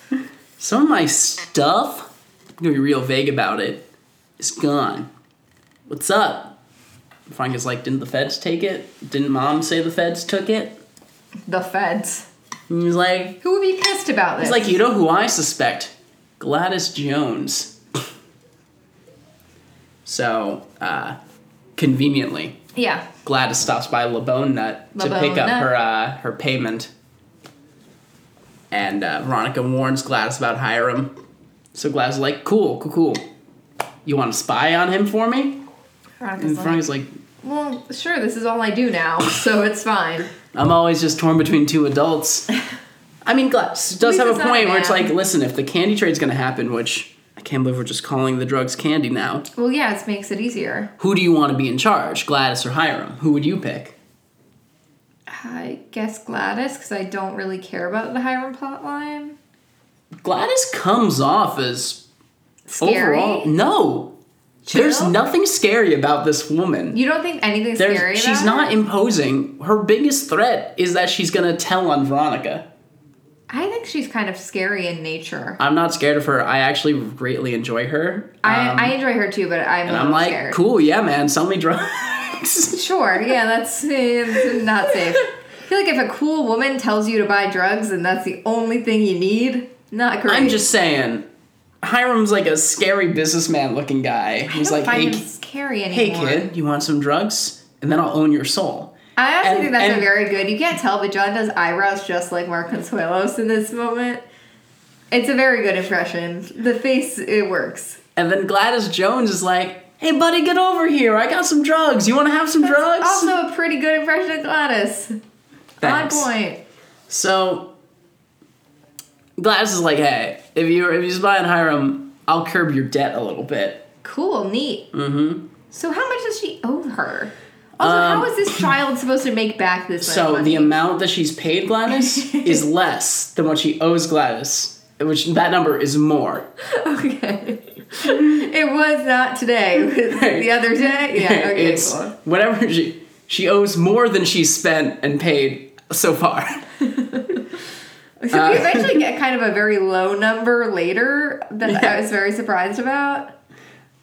Speaker 2: some of my stuff, I'm gonna be real vague about it, is gone. What's up? Veronica's like, didn't the feds take it? Didn't mom say the feds took it?
Speaker 1: The feds.
Speaker 2: And he's like,
Speaker 1: Who would be pissed about this?
Speaker 2: he's like, you know who I suspect? Gladys Jones. *laughs* so, uh, conveniently,
Speaker 1: yeah.
Speaker 2: Gladys stops by LeBone Nut to
Speaker 1: La
Speaker 2: pick
Speaker 1: Bone
Speaker 2: up
Speaker 1: Nut.
Speaker 2: her uh, her payment. and uh, Veronica warns Gladys about Hiram. So Gladys is like, cool, cool, cool. You want to spy on him for me?
Speaker 1: Veronica's
Speaker 2: And
Speaker 1: like,
Speaker 2: Veronica's like,
Speaker 1: well, sure, this is all I do now, *laughs* so it's fine.
Speaker 2: I'm always just torn between
Speaker 1: *laughs*
Speaker 2: two adults. I mean, Gladys does
Speaker 1: least
Speaker 2: have a
Speaker 1: it's not a
Speaker 2: point where it's
Speaker 1: man.
Speaker 2: like, listen, if the candy trade's going to happen, which I can't believe we're just calling the drugs candy now,
Speaker 1: Well, yeah, it makes it easier.
Speaker 2: who do you want to be in charge, Gladys or Hiram? Who would you pick?
Speaker 1: I guess Gladys, because I don't really care about the Hiram plotline.
Speaker 2: Gladys comes off as
Speaker 1: Scary.
Speaker 2: overall no. There's
Speaker 1: Chill?
Speaker 2: nothing scary about this woman.
Speaker 1: You don't think anything's
Speaker 2: There's-
Speaker 1: scary?
Speaker 2: she's
Speaker 1: about her?
Speaker 2: not imposing. Her biggest threat is that she's gonna tell on Veronica.
Speaker 1: I think she's kind of scary in nature.
Speaker 2: I'm not scared of her. I actually greatly enjoy her.
Speaker 1: I,
Speaker 2: Um,
Speaker 1: I enjoy her too, but I'm a
Speaker 2: and
Speaker 1: little
Speaker 2: I'm like,
Speaker 1: scared.
Speaker 2: cool, yeah, man, sell me drugs. *laughs*
Speaker 1: Sure, yeah, that's *laughs* eh, not safe. I feel like if a cool woman tells you to buy drugs and that's the only thing you need, not great.
Speaker 2: I'm just saying, Hiram's like a scary businessman looking guy.
Speaker 1: I
Speaker 2: He's
Speaker 1: don't
Speaker 2: like,
Speaker 1: find
Speaker 2: hey,
Speaker 1: him
Speaker 2: ki-
Speaker 1: scary
Speaker 2: hey,
Speaker 1: anymore.
Speaker 2: kid, you want some drugs? And then I'll own your soul.
Speaker 1: I honestly
Speaker 2: And-
Speaker 1: think that's
Speaker 2: and-
Speaker 1: a very good. You can't tell, but John does eyebrows just like Mark Consuelos in this moment. It's a very good impression. The face, it works.
Speaker 2: And then Gladys Jones is like, hey, buddy, get over here. I got some drugs. You want to have some drugs?
Speaker 1: Also, a pretty good impression of Gladys.
Speaker 2: Thanks.
Speaker 1: On point.
Speaker 2: So Gladys is like, hey, if you if you buy on Hiram, I'll curb your debt a little bit.
Speaker 1: Cool, neat. Mm-hmm. So, how much does she owe her? Also, how is this child supposed to make back this? much
Speaker 2: Um, So
Speaker 1: money?
Speaker 2: the amount that she's paid Gladys is less than what she owes Gladys, which that number is more.
Speaker 1: *laughs* Okay. it was not today. *laughs* It was the other day.
Speaker 2: *laughs*
Speaker 1: Yeah. Okay.
Speaker 2: it's
Speaker 1: cool.
Speaker 2: whatever she she owes more than she spent and paid so
Speaker 1: *laughs*
Speaker 2: far.
Speaker 1: So
Speaker 2: uh,
Speaker 1: we eventually get kind of a very low number later that I was very surprised about.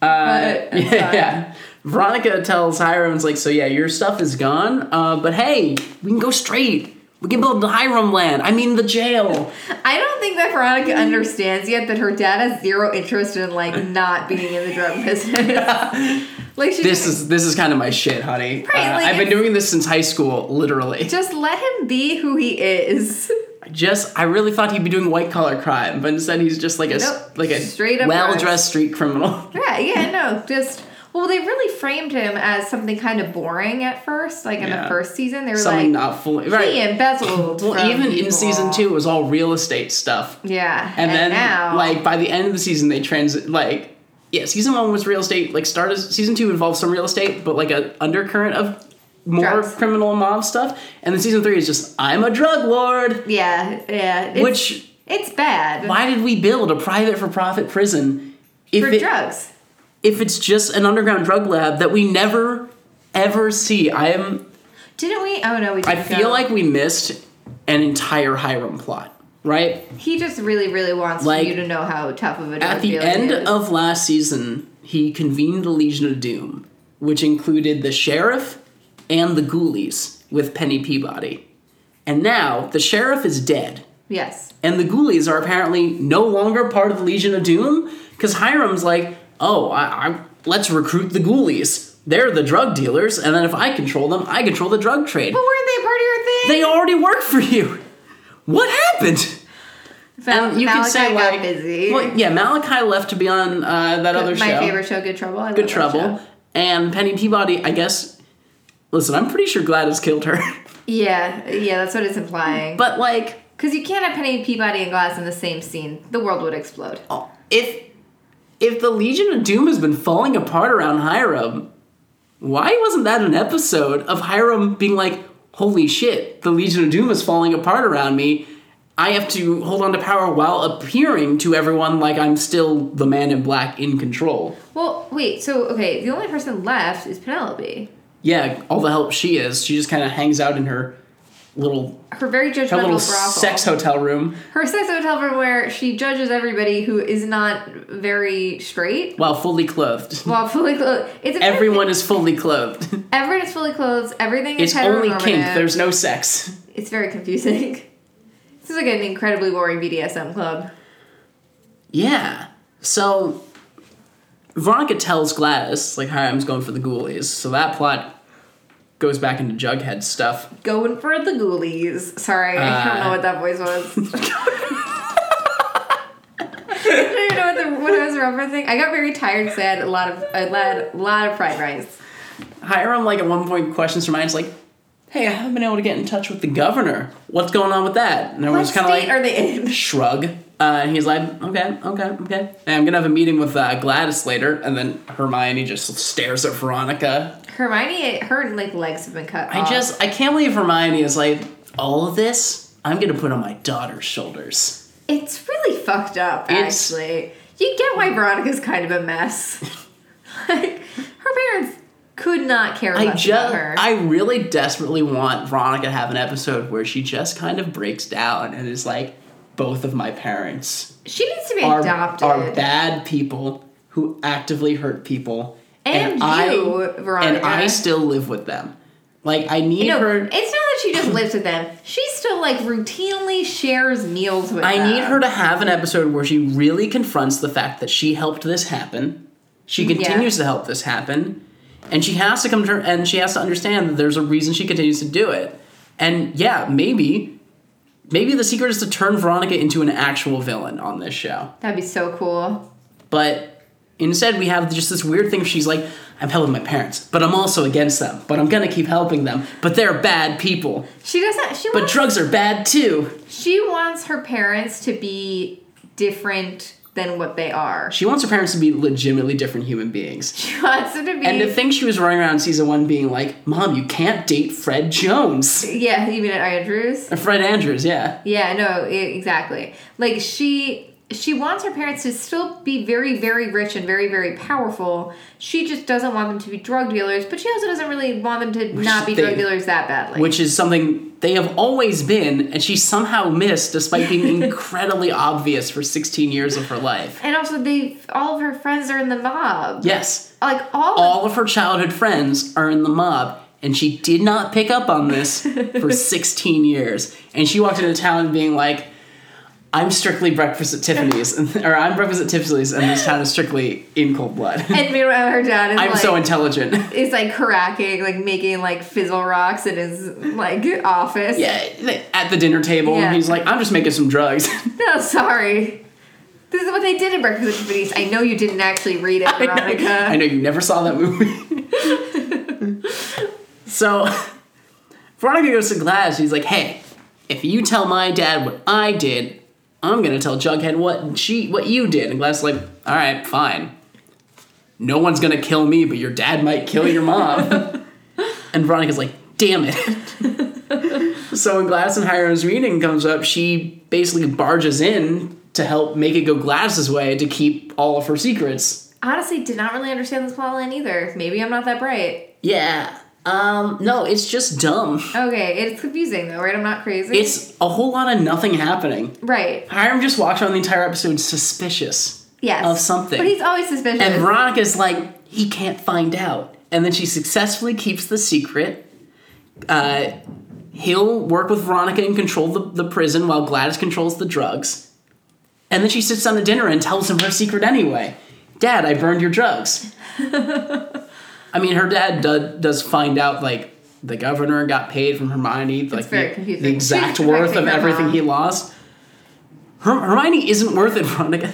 Speaker 2: Uh,
Speaker 1: But it's
Speaker 2: *laughs* yeah,
Speaker 1: fine.
Speaker 2: yeah. Veronica tells Hiram's like, so yeah, your stuff is gone, uh, but hey, we can go straight. We can build the Hiram land. I mean the jail.
Speaker 1: I don't think that Veronica understands yet that her dad has zero interest in like not being in the drug business.
Speaker 2: *laughs*
Speaker 1: like she
Speaker 2: this
Speaker 1: just,
Speaker 2: is this is kind of my shit, honey.
Speaker 1: Right,
Speaker 2: Uh,
Speaker 1: like,
Speaker 2: I've been
Speaker 1: it's-
Speaker 2: doing this since high school, literally.
Speaker 1: just let him be who he is. *laughs*
Speaker 2: Just I really thought he'd be doing white collar crime, but instead he's just like a s-
Speaker 1: Nope,
Speaker 2: like a
Speaker 1: straight up
Speaker 2: well dressed street criminal. *laughs*
Speaker 1: Yeah, yeah, no, just well, they really framed him as something kind of boring at first. Like in
Speaker 2: Yeah.
Speaker 1: the first season, they were
Speaker 2: Something
Speaker 1: like,
Speaker 2: not fully
Speaker 1: he
Speaker 2: right.
Speaker 1: embezzled.
Speaker 2: *laughs* Well,
Speaker 1: from
Speaker 2: even
Speaker 1: people."
Speaker 2: in season two, it was all real estate stuff,
Speaker 1: Yeah,
Speaker 2: and, then
Speaker 1: now,
Speaker 2: like by the end of the season, they transit like. Yeah, season one was real estate. Like, start as season two involves some real estate, but like a undercurrent of more
Speaker 1: Drugs.
Speaker 2: criminal and mob stuff. And then season three is just I'm a drug lord,
Speaker 1: yeah, yeah, it's,
Speaker 2: which
Speaker 1: it's bad
Speaker 2: Why did we build a private for profit prison if,
Speaker 1: for
Speaker 2: it-
Speaker 1: drugs.
Speaker 2: if it's just an underground drug lab that we never ever see? I am
Speaker 1: Didn't we? Oh no, we.
Speaker 2: I
Speaker 1: Didn't
Speaker 2: feel
Speaker 1: go.
Speaker 2: like we missed an entire Hiram plot, right?
Speaker 1: he just really, really wants
Speaker 2: Like,
Speaker 1: you to know how tough of a drug
Speaker 2: At the
Speaker 1: dealer
Speaker 2: end
Speaker 1: he is.
Speaker 2: of last season, he convened the Legion of Doom, which included the sheriff and the ghoulies with Penny Peabody. And now the sheriff is dead.
Speaker 1: yes,
Speaker 2: and the ghoulies are apparently no longer part of the Legion of Doom because Hiram's like, oh, I, I, let's recruit the ghoulies. They're the drug dealers, and then if I control them, I control the drug trade.
Speaker 1: but weren't they part of your thing?
Speaker 2: They already work for you. What happened?
Speaker 1: Val-
Speaker 2: um, you
Speaker 1: Malachi
Speaker 2: can say
Speaker 1: got
Speaker 2: like,
Speaker 1: busy.
Speaker 2: well, yeah, Malachi left to be on uh, that other
Speaker 1: My
Speaker 2: show,
Speaker 1: favorite show, Good Trouble. I love
Speaker 2: Good
Speaker 1: that show.
Speaker 2: Trouble, and Penny Peabody. I guess. Listen, I'm pretty sure Gladys killed her, *laughs*
Speaker 1: Yeah, yeah, that's what it's implying.
Speaker 2: but like,
Speaker 1: Because you can't have Penny Peabody and Glass in the same scene. The world would explode.
Speaker 2: if if the Legion of Doom has been falling apart around Hiram, why wasn't that an episode of Hiram being like, "Holy shit, the Legion of Doom is falling apart around me. I have to hold on to power while appearing to everyone like I'm still the man in black in control."
Speaker 1: Well, wait, so, okay, the only person left is Penelope.
Speaker 2: Yeah, all the help she is, she just kind of hangs out in her little
Speaker 1: Her very judgmental
Speaker 2: her little
Speaker 1: brothel.
Speaker 2: sex hotel room
Speaker 1: her sex hotel room where she judges everybody who is not very straight.
Speaker 2: while fully clothed.
Speaker 1: *laughs* While fully clothed. It's a very-
Speaker 2: Everyone is fully clothed.
Speaker 1: Everyone is fully clothed. Everything
Speaker 2: It's
Speaker 1: is
Speaker 2: only kink.
Speaker 1: heteronormative.
Speaker 2: There's no sex.
Speaker 1: It's very confusing. *laughs* this is like an incredibly boring BDSM club.
Speaker 2: Yeah. So Veronica tells Gladys, like, Hiram's going for the ghoulies. So that plot goes back into Jughead stuff.
Speaker 1: Going for the ghoulies. Sorry, I don't know
Speaker 2: Uh,
Speaker 1: what that voice
Speaker 2: *laughs*
Speaker 1: was. *laughs* I don't even know what, the, what I was referencing. I got very tired, sad, a lot of, I had a lot of fried rice.
Speaker 2: Hiram, like at one point, questions her mind. It's like, "Hey, I haven't been able to get in touch with the governor. What's going on with that?" And
Speaker 1: What
Speaker 2: everyone's
Speaker 1: state
Speaker 2: kind of like,
Speaker 1: are they in?
Speaker 2: shrug. Uh, and he's like, okay, okay, okay. And I'm gonna have a meeting with uh, Gladys later, and then Hermione just stares at Veronica.
Speaker 1: *laughs* Hermione, her like legs have been cut.
Speaker 2: I
Speaker 1: off.
Speaker 2: just, I can't believe Hermione is like, all of this, I'm gonna put on my daughter's shoulders.
Speaker 1: It's really fucked up,
Speaker 2: It's-
Speaker 1: actually. You get why Veronica's kind of a mess. *laughs* like, her parents could not care
Speaker 2: I
Speaker 1: less about
Speaker 2: just,
Speaker 1: her.
Speaker 2: I really desperately want Veronica to have an episode where she just kind of breaks down and is like, both of my parents
Speaker 1: she needs to be
Speaker 2: are,
Speaker 1: adopted.
Speaker 2: are bad people who actively hurt people.
Speaker 1: And you, Veronica.
Speaker 2: And I still live with them. Like, I need
Speaker 1: no,
Speaker 2: her.
Speaker 1: it's not that she
Speaker 2: *clears throat*
Speaker 1: just lives with them. She still like routinely shares meals with
Speaker 2: I
Speaker 1: them.
Speaker 2: need her to have an episode where she really confronts the fact that she helped this happen. She continues to help this happen, and she has to come to her, and she has to understand that there's a reason she continues to do it. And yeah, maybe, maybe the secret is to turn Veronica into an actual villain on this show.
Speaker 1: That'd be so cool.
Speaker 2: But instead, we have just this weird thing. She's like, "I'm helping my parents, but I'm also against them. But I'm gonna keep helping them. But they're bad people.
Speaker 1: She doesn't. She
Speaker 2: But
Speaker 1: wants,
Speaker 2: drugs are bad too."
Speaker 1: she wants her parents to be different than what they are. *laughs*
Speaker 2: She wants her parents to be legitimately different human beings.
Speaker 1: She wants them to be.
Speaker 2: And to think she was running around season one being like, Mom, you can't date Fred Jones. *laughs*
Speaker 1: yeah, you mean at Andrews?
Speaker 2: Or Fred Andrews, yeah.
Speaker 1: Yeah, no, e- exactly. Like she she wants her parents to still be very very rich and very very powerful. She just doesn't want them to be drug dealers, but she also doesn't really want them to not be
Speaker 2: they-
Speaker 1: drug dealers that badly.
Speaker 2: Which is something they have always been, and she somehow missed despite being incredibly obvious for 16 years of her life.
Speaker 1: and also they all of her friends are in the mob.
Speaker 2: Yes,
Speaker 1: Like all, of,
Speaker 2: all of her childhood friends are in the mob, and she did not pick up on this for 16 years. And she walked into town being like, I'm strictly breakfast at Tiffany's, *laughs* or I'm breakfast at Tiffany's, and this town is strictly in cold blood. *laughs*
Speaker 1: and meanwhile her dad is
Speaker 2: I'm
Speaker 1: like
Speaker 2: so intelligent.
Speaker 1: is like cracking, like making like fizzle rocks in his like office. *laughs*
Speaker 2: yeah, like, at the dinner table,
Speaker 1: Yeah.
Speaker 2: and he's like, "I'm just making some drugs." *laughs*
Speaker 1: No, Oh, sorry. This is what they did in Breakfast at Tiffany's. I know you didn't actually read it, Veronica.
Speaker 2: *laughs* I know you never saw that movie. so, Veronica goes to Glass. She's like, "Hey, if you tell my dad what I did, I'm gonna tell Jughead what she, what you did." And Glass is like, "All right, fine. No one's gonna kill me, but your dad might kill your mom." and Veronica's like, "Damn it." So when Gladys and Hiram's meeting comes up, she basically barges in to help make it go Gladys's way to keep all of her secrets.
Speaker 1: honestly did not really understand this plot line either. Maybe I'm not that bright.
Speaker 2: Yeah. Um, no, it's just dumb.
Speaker 1: Okay, it's confusing though, right? I'm not crazy.
Speaker 2: It's a whole lot of nothing happening.
Speaker 1: right.
Speaker 2: Hiram just walks around the entire episode suspicious
Speaker 1: Yes.
Speaker 2: of something.
Speaker 1: But he's always suspicious.
Speaker 2: and Veronica's like, he can't find out. And then she successfully keeps the secret. Uh, he'll work with Veronica and control the, the prison while Gladys controls the drugs. And then she sits down to dinner and tells him her secret anyway. Dad, I burned your drugs.
Speaker 1: *laughs*
Speaker 2: I mean, her dad do, does find out, like, the governor got paid from Hermione, like,
Speaker 1: very
Speaker 2: the,
Speaker 1: confusing.
Speaker 2: the exact
Speaker 1: She's
Speaker 2: worth of
Speaker 1: protecting her
Speaker 2: everything
Speaker 1: mom.
Speaker 2: he lost. Her, Hermione isn't worth it, Veronica.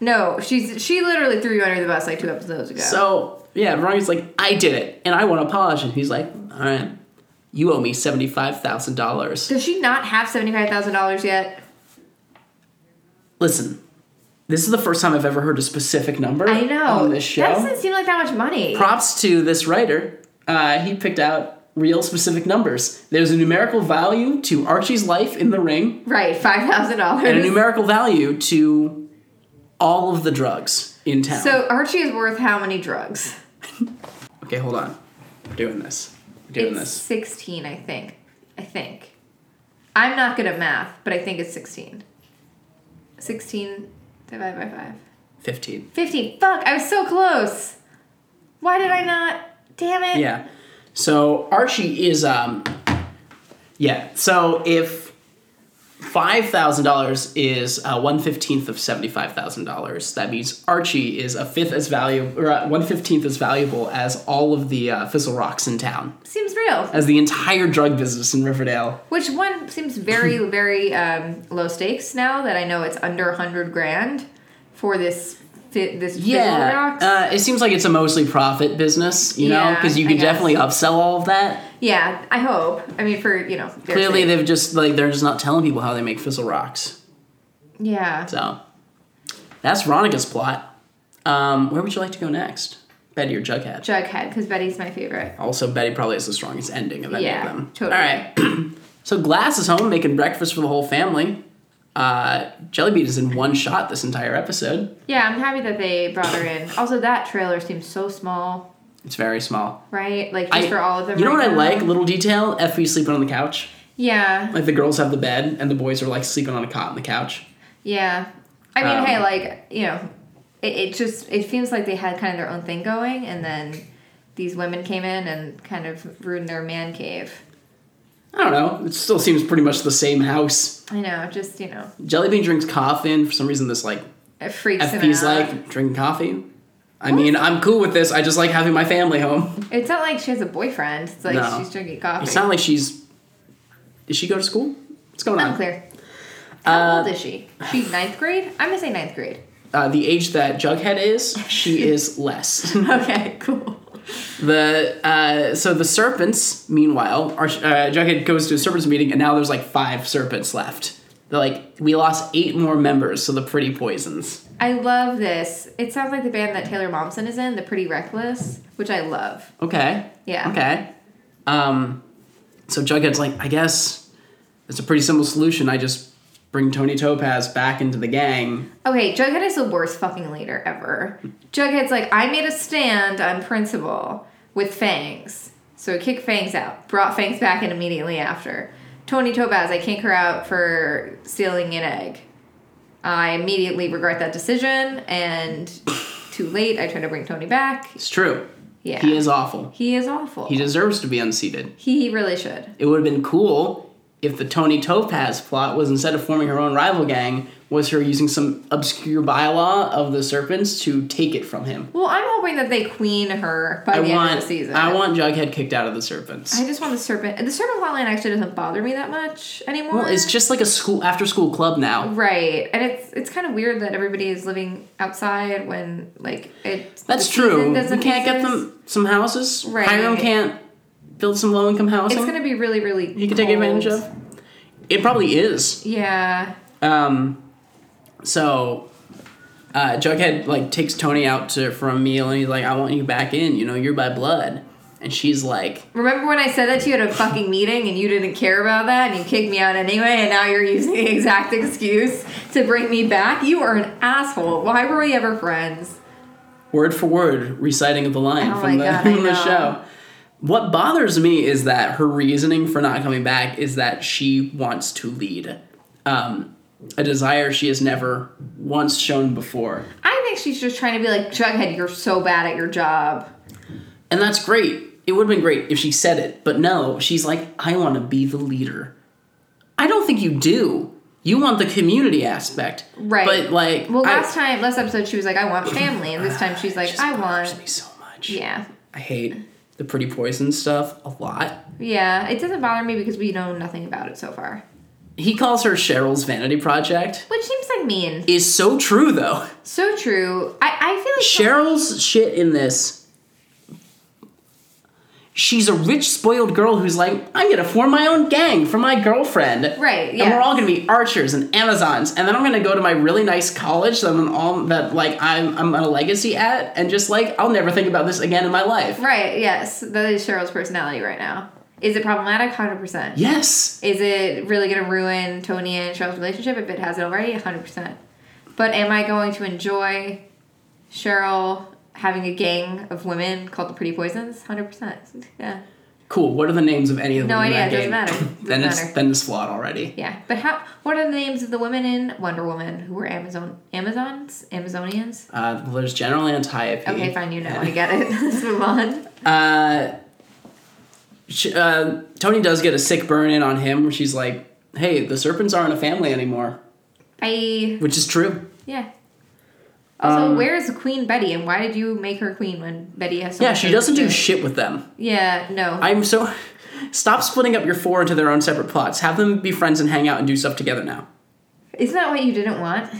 Speaker 1: no, she's she literally threw you under the bus like two episodes ago.
Speaker 2: So yeah, Veronica's like, I did it, and I want to apologize. And he's like, All right, you owe me seventy five thousand dollars.
Speaker 1: does she not have seventy five thousand dollars yet?
Speaker 2: Listen, this is the first time I've ever heard a specific number.
Speaker 1: I know.
Speaker 2: on this
Speaker 1: That
Speaker 2: show.
Speaker 1: doesn't seem like that much money.
Speaker 2: Props to this writer. Uh, he picked out real specific numbers. There's a numerical value to Archie's life in the ring,
Speaker 1: right, five thousand
Speaker 2: and a
Speaker 1: dollars.
Speaker 2: numerical value to all of the drugs in town.
Speaker 1: So Archie is worth how many drugs?
Speaker 2: okay, hold on. We're doing this. We're doing
Speaker 1: it's
Speaker 2: this.
Speaker 1: sixteen, I think. I think. I'm not good at math, but I think it's sixteen. Sixteen divided by five.
Speaker 2: Fifteen.
Speaker 1: 15. Fuck, I was so close. Why did I not? Damn it.
Speaker 2: Yeah. So Archie is um yeah. So if Five thousand dollars is uh, one fifteenth of seventy five thousand dollars. That means Archie is a fifth as valuable, or uh, one fifteenth as valuable as all of the uh, Fizzle Rocks in town,
Speaker 1: Seems real.
Speaker 2: as the entire drug business in Riverdale.
Speaker 1: Which one seems
Speaker 2: *laughs*
Speaker 1: very, very um, low stakes now that I know it's under hundred grand for this fit this Fizzle
Speaker 2: Yeah,
Speaker 1: Rocks.
Speaker 2: uh, it seems like it's a mostly profit business, you know,
Speaker 1: Yeah,
Speaker 2: because you
Speaker 1: I
Speaker 2: could
Speaker 1: guess.
Speaker 2: definitely upsell all of that.
Speaker 1: yeah, I hope. I mean, for you know, their
Speaker 2: Clearly,
Speaker 1: sake.
Speaker 2: they've just like they're just not telling people how they make Fizzle Rocks.
Speaker 1: yeah.
Speaker 2: So that's Veronica's plot. Um, where would you like to go next? Betty or Jughead?
Speaker 1: Jughead, because Betty's my favorite.
Speaker 2: also, Betty probably has the strongest ending of any
Speaker 1: Yeah,
Speaker 2: of them.
Speaker 1: totally.
Speaker 2: All right. *clears throat* so Glass is home making breakfast for the whole family. Uh, Jellybean is in one shot this entire episode.
Speaker 1: Yeah, I'm happy that they brought her in. Also, that trailer seems so small,
Speaker 2: It's very small.
Speaker 1: right? Like just
Speaker 2: I-
Speaker 1: for all of them.
Speaker 2: You know
Speaker 1: right
Speaker 2: what I
Speaker 1: now.
Speaker 2: like? Little detail. FB sleeping on the couch.
Speaker 1: Yeah,
Speaker 2: Like the girls have the bed and the boys are like sleeping on a cot on the couch.
Speaker 1: yeah. I mean,
Speaker 2: Um,
Speaker 1: hey, like you know, it, it just it feels like they had kind of their own thing going, and then these women came in and kind of ruined their man cave.
Speaker 2: I don't know. It still seems pretty much the same house.
Speaker 1: I know, just you know,
Speaker 2: Jellybean drinks coffee. For some reason, this like
Speaker 1: it freaks them
Speaker 2: FP's
Speaker 1: out.
Speaker 2: like drinking coffee. I mean, I'm cool with this. I just like having my family home.
Speaker 1: it's not like she has a boyfriend. It's like
Speaker 2: No.
Speaker 1: she's drinking coffee.
Speaker 2: It's not like she's. Does she go to school? What's going on?
Speaker 1: unclear. How old is she? She's ninth grade. I'm gonna say ninth grade.
Speaker 2: Uh, the age that Jughead is,
Speaker 1: *laughs*
Speaker 2: she is less.
Speaker 1: Okay, cool.
Speaker 2: the uh, so the serpents. Meanwhile, are, uh, Jughead goes to a serpents meeting, and now there's like five serpents left. They're like, we lost eight more members, so the pretty poisons.
Speaker 1: I love this. It sounds like the band that Taylor Momsen is in, The Pretty Reckless, which I love.
Speaker 2: Okay.
Speaker 1: Yeah.
Speaker 2: Okay. Um, so Jughead's like, I guess it's a pretty simple solution. I just bring Tony Topaz back into the gang.
Speaker 1: Okay, Jughead is the worst fucking leader ever. Jughead's like, I made a stand on principle with Fangs. So he kicked Fangs out, brought Fangs back in immediately after. Tony Tobaz, I kick her out for stealing an egg. I immediately regret that decision, and too late, I try to bring Tony back.
Speaker 2: It's true.
Speaker 1: Yeah.
Speaker 2: He is awful.
Speaker 1: He is awful.
Speaker 2: He deserves to be unseated.
Speaker 1: he really should.
Speaker 2: It would have been cool if the Tony Topaz plot was instead of forming her own rival gang, was her using some obscure bylaw of the serpents to take it from him.
Speaker 1: Well, I'm hoping that they queen her by
Speaker 2: I
Speaker 1: the
Speaker 2: want
Speaker 1: end of the season.
Speaker 2: I want Jughead kicked out of the serpents.
Speaker 1: I just want the serpent. And the serpent plotline actually doesn't bother me that much anymore.
Speaker 2: well, it's just like a school after school club now.
Speaker 1: right, and it's it's kind of weird that everybody is living outside when like it.
Speaker 2: That's
Speaker 1: the season
Speaker 2: true. We
Speaker 1: doesn't
Speaker 2: can't get
Speaker 1: exist.
Speaker 2: them some houses.
Speaker 1: Right.
Speaker 2: Hiram can't build some low income housing.
Speaker 1: It's gonna be really, really.
Speaker 2: you can take
Speaker 1: cold.
Speaker 2: advantage of. It probably is.
Speaker 1: Yeah,
Speaker 2: Um, so uh, Jughead like takes Tony out to for a meal, and he's like, "I want you back in. You know, you're by blood." And she's like,
Speaker 1: remember when I said that to you at a fucking meeting and you didn't care about that and you kicked me out anyway, and now you're using the exact excuse to bring me back? You are an asshole. Why were we ever friends?
Speaker 2: word for word, reciting of the line
Speaker 1: Oh my
Speaker 2: from the,
Speaker 1: God, I
Speaker 2: *laughs* from the
Speaker 1: know.
Speaker 2: show. What bothers me is that her reasoning for not coming back is that she wants to lead, um, a desire she has never once shown before.
Speaker 1: I think she's just trying to be like Jughead. You're so bad at your job.
Speaker 2: And that's great. It would have been great if she said it, but no, she's like, I want to be the leader. I don't think you do. You want the community aspect.
Speaker 1: Right.
Speaker 2: But like
Speaker 1: Well,
Speaker 2: I-
Speaker 1: last time, last episode, she was like, "I want family," and this time she's
Speaker 2: it
Speaker 1: like,
Speaker 2: just
Speaker 1: "I
Speaker 2: bothers
Speaker 1: want."
Speaker 2: me so much.
Speaker 1: Yeah,
Speaker 2: I hate the pretty poison stuff a lot.
Speaker 1: yeah. It doesn't bother me because we know nothing about it so far,
Speaker 2: He calls her Cheryl's vanity project.
Speaker 1: which seems like mean.
Speaker 2: Is so true though.
Speaker 1: so true. I I feel like
Speaker 2: Cheryl's shit in this. She's a rich, spoiled girl who's like, I'm gonna form my own gang for my girlfriend.
Speaker 1: Right,
Speaker 2: And we're
Speaker 1: yeah.
Speaker 2: all gonna be archers and Amazons, and then I'm gonna go to my really nice college that I'm all that like I'm I'm on a legacy at, and just like I'll never think about this again in my life.
Speaker 1: right. Yes, that is Cheryl's personality right now. Is it problematic? Hundred percent.
Speaker 2: Yes.
Speaker 1: Is it really going to ruin Tony and Cheryl's relationship if it hasn't already? Hundred percent. But am I going to enjoy Cheryl having a gang of women called the Pretty Poisons? Hundred percent. Yeah.
Speaker 2: Cool. What are the names of any of them?
Speaker 1: No
Speaker 2: in that
Speaker 1: idea, it doesn't
Speaker 2: game?
Speaker 1: matter. Doesn't
Speaker 2: then
Speaker 1: matter.
Speaker 2: it's then it's flawed already.
Speaker 1: Yeah, but how? What are the names of the women in Wonder Woman who were Amazon Amazons Amazonians?
Speaker 2: Uh, well, there's General Antiope.
Speaker 1: Okay, fine, you know, I get it. *laughs* Let's move on.
Speaker 2: uh, sh- uh, Tony does get a sick burn in on him where she's like, hey, the serpents aren't a family anymore,
Speaker 1: Bye.
Speaker 2: which is true.
Speaker 1: Yeah. Also,
Speaker 2: Um,
Speaker 1: where is Queen Betty, and why did you make her queen when Betty has? So
Speaker 2: Yeah,
Speaker 1: much
Speaker 2: she
Speaker 1: other
Speaker 2: doesn't do
Speaker 1: shit?
Speaker 2: shit with them.
Speaker 1: Yeah, no.
Speaker 2: I'm so. *laughs* Stop splitting up your four into their own separate plots. Have them be friends and hang out and do stuff together now.
Speaker 1: Isn't that what you didn't want?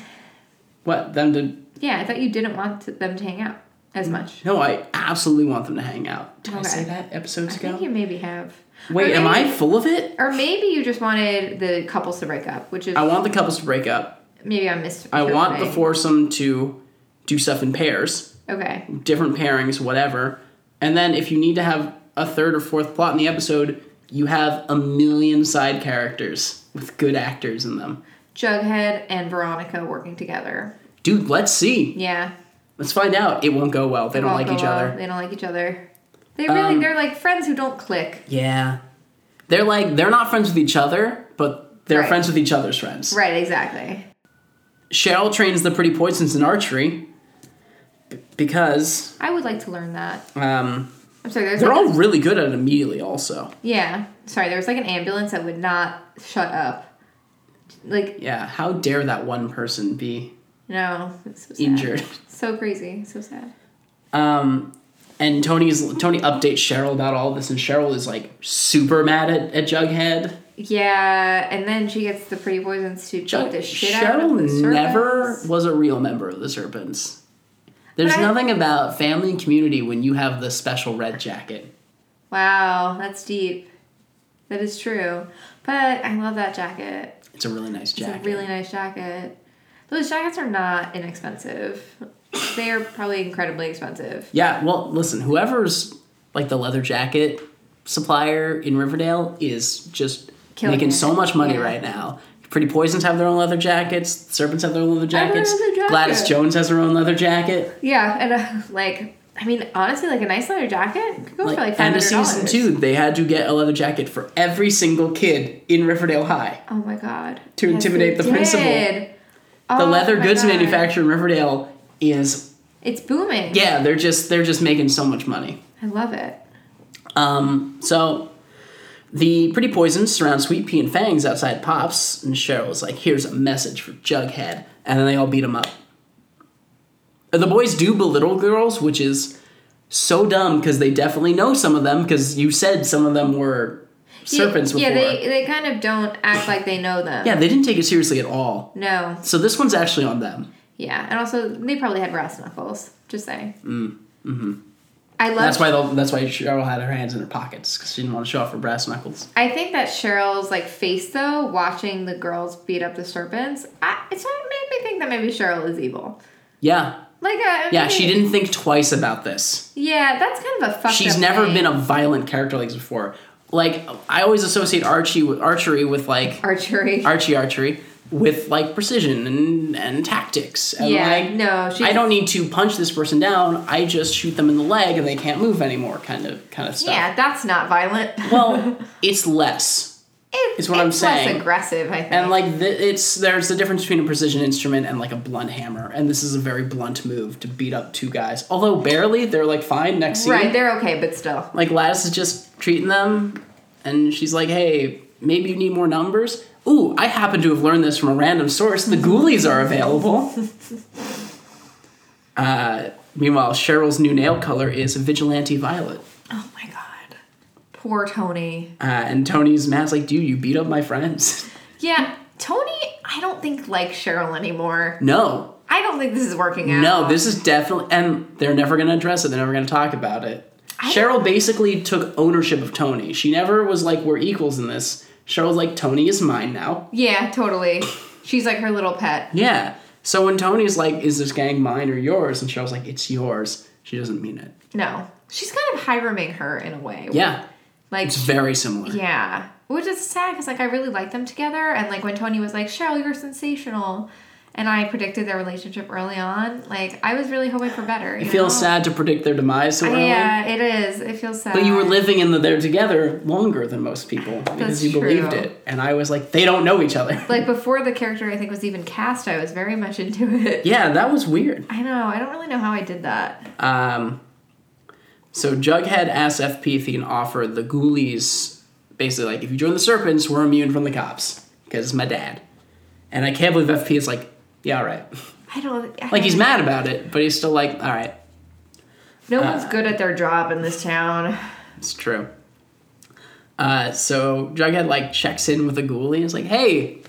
Speaker 2: What them to?
Speaker 1: Yeah, I thought you didn't want to- them to hang out as much.
Speaker 2: No, I absolutely want them to hang out. Did I
Speaker 1: Okay.
Speaker 2: say that episodes
Speaker 1: I think
Speaker 2: ago?
Speaker 1: you maybe have.
Speaker 2: Wait,
Speaker 1: Or
Speaker 2: am
Speaker 1: maybe-
Speaker 2: I full of it?
Speaker 1: Or maybe you just wanted the couples to break up, which is
Speaker 2: I want the couples to break up.
Speaker 1: maybe I missed.
Speaker 2: I want the
Speaker 1: interpreting.
Speaker 2: foursome to do stuff in pairs.
Speaker 1: Okay.
Speaker 2: different pairings, whatever. And then if you need to have a third or fourth plot in the episode, you have a million side characters with good actors in them.
Speaker 1: Jughead and Veronica working together.
Speaker 2: Dude, let's see.
Speaker 1: Yeah.
Speaker 2: Let's find out. It won't go well. They don't like
Speaker 1: Well,
Speaker 2: each
Speaker 1: well,
Speaker 2: other.
Speaker 1: They don't like each other. They really
Speaker 2: Um,
Speaker 1: they're like friends who don't click.
Speaker 2: Yeah. They're like they're not friends with each other, but they're
Speaker 1: Right.
Speaker 2: friends with each other's friends.
Speaker 1: Right, exactly.
Speaker 2: Cheryl trains the pretty poisons in archery b- because
Speaker 1: I would like to learn that.
Speaker 2: um,
Speaker 1: I'm sorry, there's
Speaker 2: they're
Speaker 1: like
Speaker 2: all really good at it immediately also.
Speaker 1: Yeah. Sorry, there was like an ambulance that would not shut up. Like,
Speaker 2: Yeah, how dare that one person be
Speaker 1: no. It's so sad.
Speaker 2: injured?
Speaker 1: So crazy. So sad.
Speaker 2: Um, and Tony's Tony updates Cheryl about all this, and Cheryl is like super mad at, at Jughead.
Speaker 1: Yeah, and then she gets the pretty poisons to
Speaker 2: Jug-
Speaker 1: beat the shit out of
Speaker 2: Cheryl
Speaker 1: the
Speaker 2: never
Speaker 1: serpents.
Speaker 2: was a real member of the Serpents. There's
Speaker 1: But I-
Speaker 2: nothing about family and community when you have the special red jacket.
Speaker 1: Wow, that's deep. That is true. But I love that jacket.
Speaker 2: It's a really nice
Speaker 1: It's
Speaker 2: jacket.
Speaker 1: a really nice jacket. Those jackets are not inexpensive. They are probably incredibly expensive.
Speaker 2: yeah. Well, listen, whoever's like the leather jacket supplier in Riverdale is just
Speaker 1: Killing
Speaker 2: making
Speaker 1: it.
Speaker 2: so much money
Speaker 1: Yeah.
Speaker 2: right now. Pretty Poisons have their own leather jackets. The Serpents have their own leather
Speaker 1: have their
Speaker 2: jackets.
Speaker 1: leather jacket.
Speaker 2: Gladys Jones has her own leather jacket.
Speaker 1: Yeah, and uh, like, I mean, honestly, like a nice leather jacket could go for like five
Speaker 2: and a
Speaker 1: hundred dollars.
Speaker 2: season two, they had to get a leather jacket for every single kid in Riverdale High.
Speaker 1: Oh my god.
Speaker 2: To intimidate
Speaker 1: they
Speaker 2: the principal.
Speaker 1: did.
Speaker 2: The
Speaker 1: Oh
Speaker 2: leather
Speaker 1: my
Speaker 2: goods
Speaker 1: God.
Speaker 2: manufacturer in Riverdale is
Speaker 1: It's booming.
Speaker 2: yeah, they're just they're just making so much money.
Speaker 1: I love it.
Speaker 2: Um, so the pretty poisons surround Sweet Pea and Fangs outside Pops, and Cheryl's like, "Here's a message for Jughead," and then they all beat him up. The boys do belittle girls, which is so dumb because they definitely know some of them because you said some of them were serpents
Speaker 1: yeah,
Speaker 2: before.
Speaker 1: Yeah, they they kind of don't act like they know them.
Speaker 2: Yeah, they didn't take it seriously at all.
Speaker 1: No.
Speaker 2: So this one's actually on them.
Speaker 1: Yeah, and also they probably had brass knuckles. Just saying. Mm. Mm-hmm. I love.
Speaker 2: That's why the, that's why Cheryl had her hands in her pockets because she didn't want to show off her brass knuckles.
Speaker 1: I think that Cheryl's like face though, watching the girls beat up the serpents, I, it's what made me think that maybe Cheryl is evil.
Speaker 2: Yeah,
Speaker 1: Like, uh,
Speaker 2: yeah, she
Speaker 1: maybe-
Speaker 2: didn't think twice about this.
Speaker 1: Yeah, that's kind of a fucked
Speaker 2: She's
Speaker 1: up
Speaker 2: never
Speaker 1: thing.
Speaker 2: been a violent character like this before. Like I always associate Archie with archery with like
Speaker 1: archery.
Speaker 2: Archie archery with like precision and and tactics. And
Speaker 1: Yeah,
Speaker 2: like,
Speaker 1: no, she's-
Speaker 2: I don't need to punch this person down. I just shoot them in the leg and they can't move anymore. Kind of kind of stuff.
Speaker 1: yeah, that's not violent. *laughs*
Speaker 2: Well, it's less.
Speaker 1: it's,
Speaker 2: is what I'm
Speaker 1: it's
Speaker 2: saying.
Speaker 1: Less aggressive, I think.
Speaker 2: And like th- it's there's the difference between a precision instrument and like a blunt hammer, and this is a very blunt move to beat up two guys. Although barely, they're like fine next scene.
Speaker 1: right, they're okay, but still.
Speaker 2: Like Gladys is just treating them, and she's like, "Hey, maybe you need more numbers." Ooh, I happen to have learned this from a random source. The Ghoulies are available. *laughs* uh, meanwhile, Cheryl's new nail color is vigilante violet,
Speaker 1: Oh my god, poor Tony.
Speaker 2: uh, and Tony's mad's like, "Dude, you beat up my friends." *laughs*
Speaker 1: Yeah, Tony, I don't think likes Cheryl anymore.
Speaker 2: no,
Speaker 1: I don't think this is working out.
Speaker 2: No, this is definitely, and they're never going to address it. They're never going to talk about it. Cheryl basically took ownership of Tony. She never was like, we're equals in this. Cheryl's like, Tony is mine now.
Speaker 1: Yeah, totally. She's like her little pet.
Speaker 2: Yeah. So when Tony's like, is this gang mine or yours? And Cheryl's like, it's yours. She doesn't mean it.
Speaker 1: No, she's kind of Hiraming her in a way.
Speaker 2: Yeah.
Speaker 1: like
Speaker 2: It's very similar.
Speaker 1: yeah, which is sad because like I really liked them together, and like when Tony was like Cheryl, you're sensational, and I predicted their relationship early on. Like I was really hoping for better.
Speaker 2: It feels sad to predict their demise so early.
Speaker 1: Yeah, it is. It feels sad.
Speaker 2: But you were living in the there together longer than most people because
Speaker 1: That's
Speaker 2: you believed
Speaker 1: true.
Speaker 2: it. And I was like, they don't know each other.
Speaker 1: like before the character I think was even cast. I was very much into it.
Speaker 2: *laughs* yeah, that was weird.
Speaker 1: I know. I don't really know how I did that.
Speaker 2: Um, so Jughead asks FP if he can offer the Ghoulies basically like if you join the Serpents, we're immune from the cops. because it's my dad. And I can't believe FP is like, yeah, all right. *laughs*
Speaker 1: I don't. I
Speaker 2: Like he's
Speaker 1: don't-
Speaker 2: mad about it, but he's still like, all right,
Speaker 1: No one's good at their job in this town. *laughs*
Speaker 2: it's true. Uh, so Jughead like checks in with a ghoulie and is like, hey,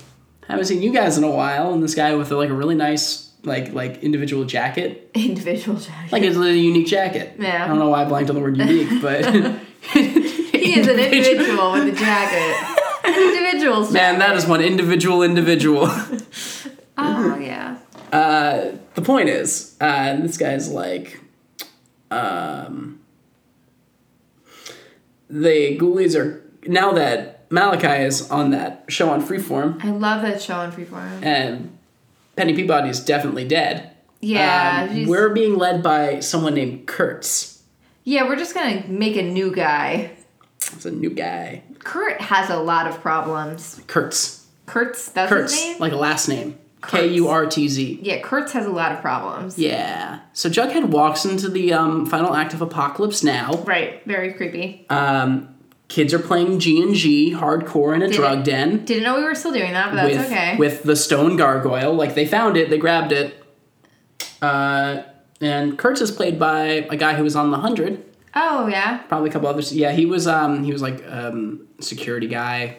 Speaker 2: haven't seen you guys in a while. And this guy with like a really nice like like individual jacket
Speaker 1: Individual jacket.
Speaker 2: Like it's a unique jacket.
Speaker 1: Yeah.
Speaker 2: I don't know why I blanked on the word unique, but *laughs*
Speaker 1: he is an individual with a
Speaker 2: *laughs*
Speaker 1: jacket. An individual's
Speaker 2: man, that is one individual individual. *laughs*
Speaker 1: Oh yeah.
Speaker 2: Uh, the point is, uh, this guy's like, um, the ghoulies are now that Malachi is on that show on Freeform
Speaker 1: I love that show on Freeform.
Speaker 2: and Penny Peabody is definitely dead.
Speaker 1: Yeah,
Speaker 2: um,
Speaker 1: she's-
Speaker 2: we're being led by someone named Kurtz.
Speaker 1: yeah. We're just gonna make a new guy.
Speaker 2: It's a new guy,
Speaker 1: Kurt has a lot of problems.
Speaker 2: Kurtz.
Speaker 1: Kurtz, that's his
Speaker 2: Kurtz,
Speaker 1: name.
Speaker 2: like a last name.
Speaker 1: Kurtz.
Speaker 2: K U R T Z.
Speaker 1: yeah, Kurtz has a lot of problems.
Speaker 2: Yeah. So Jughead walks into the um, final act of Apocalypse Now.
Speaker 1: Right. Very creepy.
Speaker 2: Um, kids are playing G and G hardcore in a drug den
Speaker 1: Didn't know we were still doing that, but that's
Speaker 2: with
Speaker 1: okay.
Speaker 2: with the stone gargoyle. Like they found it, they grabbed it. Uh, and Kurtz is played by a guy who was on the hundred,
Speaker 1: oh yeah.
Speaker 2: probably a couple others. Yeah, he was um, he was like um, security guy.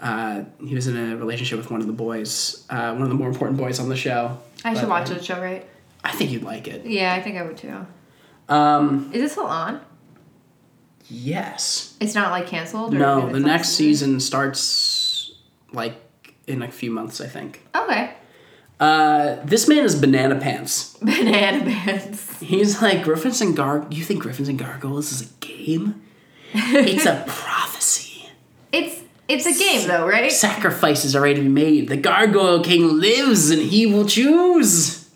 Speaker 2: Uh, he was in a relationship with one of the boys, uh, one of the more important boys on the show.
Speaker 1: I should
Speaker 2: But,
Speaker 1: watch
Speaker 2: um,
Speaker 1: that show, right?
Speaker 2: I think you'd like it.
Speaker 1: Yeah, I think I would too.
Speaker 2: Um,
Speaker 1: Is it still on?
Speaker 2: yes.
Speaker 1: It's not like canceled. Or
Speaker 2: No,
Speaker 1: it's
Speaker 2: the
Speaker 1: on
Speaker 2: next season starts like in a few months, I think.
Speaker 1: Okay. *laughs*
Speaker 2: Uh, this man is banana pants.
Speaker 1: Banana bands.
Speaker 2: He's like Griffins and Gar. You think Griffins and Gargoyles is a game?
Speaker 1: *laughs*
Speaker 2: it's a prophecy.
Speaker 1: It's it's a game though, right?
Speaker 2: Sacrifices are ready to be made. The Gargoyle King lives, and he will choose.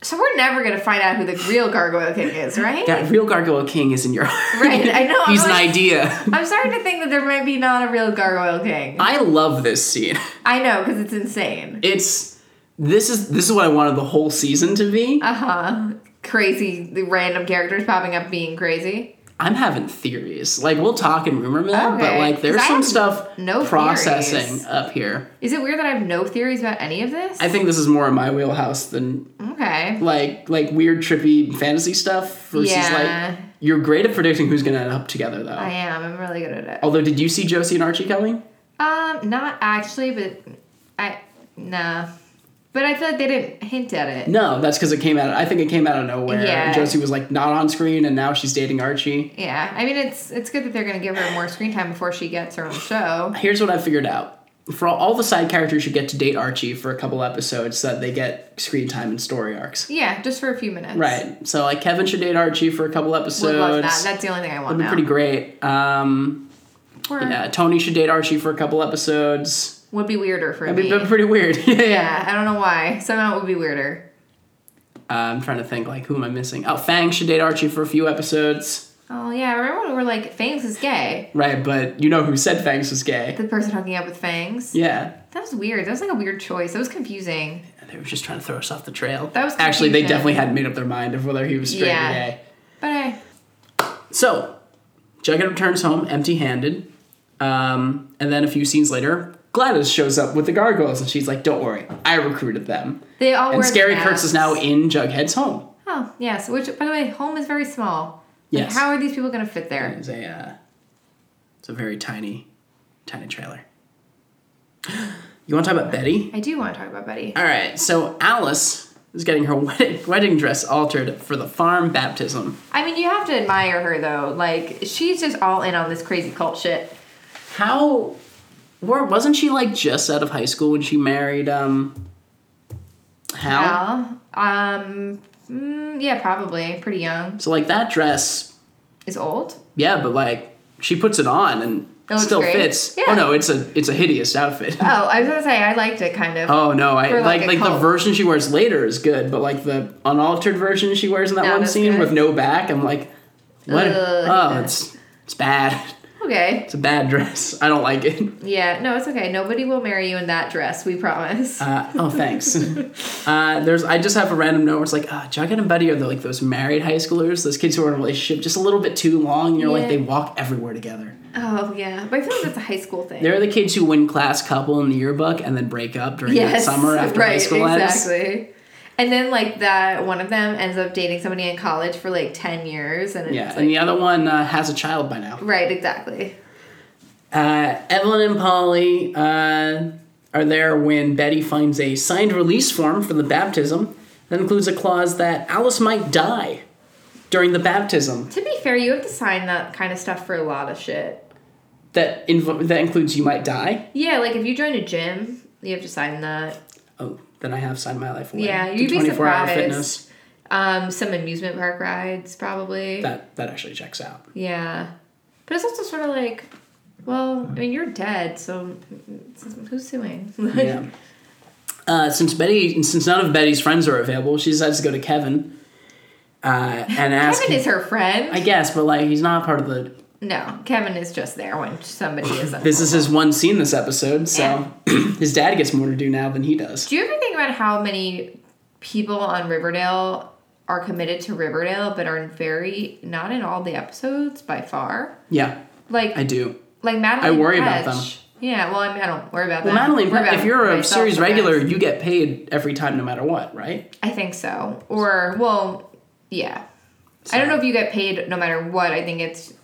Speaker 1: So we're never gonna find out who the real Gargoyle King is, right?
Speaker 2: That real Gargoyle King is in your heart.
Speaker 1: Right, I
Speaker 2: *laughs*
Speaker 1: know, I'm
Speaker 2: He's
Speaker 1: like-
Speaker 2: an idea.
Speaker 1: I'm starting to think that there might be not a real Gargoyle King.
Speaker 2: I love this scene.
Speaker 1: I know, because it's insane.
Speaker 2: It's this is this is what I wanted the whole season to be.
Speaker 1: Uh huh. Crazy, the random characters popping up being crazy.
Speaker 2: I'm having theories. Like we'll talk in rumor mill, but
Speaker 1: Okay.
Speaker 2: like there's
Speaker 1: 'Cause I
Speaker 2: some
Speaker 1: have
Speaker 2: stuff
Speaker 1: no
Speaker 2: processing
Speaker 1: theories.
Speaker 2: up here.
Speaker 1: Is it weird that I have no theories about any of this?
Speaker 2: I think this is more in my wheelhouse than
Speaker 1: okay.
Speaker 2: like like weird trippy fantasy stuff versus
Speaker 1: Yeah.
Speaker 2: like you're great at predicting who's gonna end up together though.
Speaker 1: I am. I'm really good at it.
Speaker 2: Although did you see Josie and Archie coming?
Speaker 1: Um, not actually, but I nah. But I feel like they didn't hint at it.
Speaker 2: No, that's because it came out. I think it came out of nowhere.
Speaker 1: Yeah.
Speaker 2: Josie was like not on screen, and now she's dating Archie.
Speaker 1: Yeah, I mean it's it's good that they're gonna give her more screen time before she gets her own show.
Speaker 2: Here's what I figured out: for all, all the side characters should get to date Archie for a couple episodes, so that they get screen time and story arcs.
Speaker 1: Yeah, just for a few minutes.
Speaker 2: Right. So like Kevin should date Archie for a couple episodes.
Speaker 1: Would love that. That's the only thing I want
Speaker 2: That'd be
Speaker 1: now.
Speaker 2: pretty great. Um,
Speaker 1: Or
Speaker 2: yeah, Tony should date Archie for a couple episodes.
Speaker 1: Would be weirder for
Speaker 2: That'd
Speaker 1: me.
Speaker 2: be, that'd be pretty weird. *laughs* yeah, yeah.
Speaker 1: yeah, I don't know why. Somehow it would be weirder.
Speaker 2: Uh, I'm trying to think like who am I missing? Oh, Fang should date Archie for a few episodes.
Speaker 1: Oh yeah, remember when we were like, Fangs is gay.
Speaker 2: Right, but you know who said Fangs was gay?
Speaker 1: The person hooking up with Fangs.
Speaker 2: Yeah.
Speaker 1: That was weird. That was like a weird choice. That was confusing.
Speaker 2: They were just trying to throw us off the trail.
Speaker 1: That was
Speaker 2: actually they
Speaker 1: confusion.
Speaker 2: definitely hadn't made up their mind of whether he was straight
Speaker 1: Yeah.
Speaker 2: or gay.
Speaker 1: But I
Speaker 2: So, Jughead returns home empty-handed, um, and then a few scenes later, Gladys shows up with the gargoyles, and she's like, "Don't worry, I recruited them."
Speaker 1: they all were
Speaker 2: and Scary Kurtz is now e- in Jughead's home.
Speaker 1: Oh yes, which by the way, home is very small. Like,
Speaker 2: Yes.
Speaker 1: how are these people gonna fit there?
Speaker 2: It's a uh, it's a very tiny, tiny trailer. *gasps* You want to talk about Betty?
Speaker 1: I do want to talk about Betty.
Speaker 2: All right. So Alice is getting her *laughs* wedding wedding dress altered for the farm baptism.
Speaker 1: I mean, you have to admire her though. Like she's just all in on this crazy cult shit.
Speaker 2: How? Where wasn't she like just out of high school when she married um? Hal.
Speaker 1: Al, um, mm, yeah, probably pretty young.
Speaker 2: So like that dress,
Speaker 1: Is old.
Speaker 2: yeah, but like she puts it on and
Speaker 1: It looks
Speaker 2: still
Speaker 1: great.
Speaker 2: fits.
Speaker 1: Yeah.
Speaker 2: Oh no, it's a it's a hideous outfit. *laughs*
Speaker 1: Oh, I was gonna say I liked it kind of.
Speaker 2: Oh no! I
Speaker 1: For, like,
Speaker 2: like
Speaker 1: a
Speaker 2: like, the
Speaker 1: cult.
Speaker 2: version she wears later is good, but like the unaltered version she wears in that
Speaker 1: No,
Speaker 2: one
Speaker 1: that's
Speaker 2: scene
Speaker 1: good.
Speaker 2: with no back, I'm like, what?
Speaker 1: Ugh,
Speaker 2: oh,
Speaker 1: yeah.
Speaker 2: it's it's bad.
Speaker 1: Okay.
Speaker 2: It's a bad dress. I don't like it.
Speaker 1: Yeah, no, it's okay. Nobody will marry you in that dress, we promise.
Speaker 2: Uh, oh,
Speaker 1: *laughs*
Speaker 2: thanks. uh, there's I just have a random note where it's like, oh, Jughead and Buddy are the, like those married high schoolers, those kids who are in a relationship just a little bit too long. And you're like,
Speaker 1: Yeah.
Speaker 2: they walk everywhere together.
Speaker 1: oh, yeah. But I feel like that's a high school thing.
Speaker 2: They're the kids who win class couple in the yearbook and then break up during
Speaker 1: yes,
Speaker 2: the summer after
Speaker 1: right,
Speaker 2: high school ends.
Speaker 1: exactly. And then, like, that one of them ends up dating somebody in college for like 10 years. And it's
Speaker 2: Yeah,
Speaker 1: like,
Speaker 2: and the other one uh, has a child by now.
Speaker 1: Right, exactly.
Speaker 2: Uh, Evelyn and Polly uh, are there when Betty finds a signed release form for the baptism that includes a clause that Alice might die during the baptism.
Speaker 1: To be fair, you have to sign that kind of stuff for a lot of shit.
Speaker 2: That inv- that includes you might die.
Speaker 1: Yeah, like if you join a gym, you have to sign that.
Speaker 2: Oh, then I have signed my life away.
Speaker 1: Yeah,
Speaker 2: to
Speaker 1: you'd be
Speaker 2: 24 hour
Speaker 1: surprised.
Speaker 2: fitness.
Speaker 1: Um, some amusement park rides, probably.
Speaker 2: That that actually checks out.
Speaker 1: Yeah. But it's also sort of like, well, I mean, you're dead, so who's suing? *laughs*
Speaker 2: Yeah. Uh, since Betty, since none of Betty's friends are available, she decides to go to Kevin uh, and ask.
Speaker 1: Kevin is her friend.
Speaker 2: I guess, but like he's not part of the.
Speaker 1: no, Kevin is just there when somebody
Speaker 2: *laughs*
Speaker 1: is.
Speaker 2: This is his one scene this episode, so *clears throat* his dad gets more to do now than he does.
Speaker 1: Do you ever think about how many people on Riverdale are committed to Riverdale but are very not in all the episodes by far?
Speaker 2: Yeah,
Speaker 1: Like
Speaker 2: I do.
Speaker 1: like Madeline.
Speaker 2: I worry about
Speaker 1: Petch. Yeah, well, I, mean, I don't worry about
Speaker 2: Well,
Speaker 1: that.
Speaker 2: Madeline,
Speaker 1: Worry about
Speaker 2: if you're a
Speaker 1: myself
Speaker 2: series
Speaker 1: sometimes.
Speaker 2: regular, you get paid every time, no matter what, right?
Speaker 1: I think so. Or well, yeah. I don't know if you get paid no matter what. I think it's.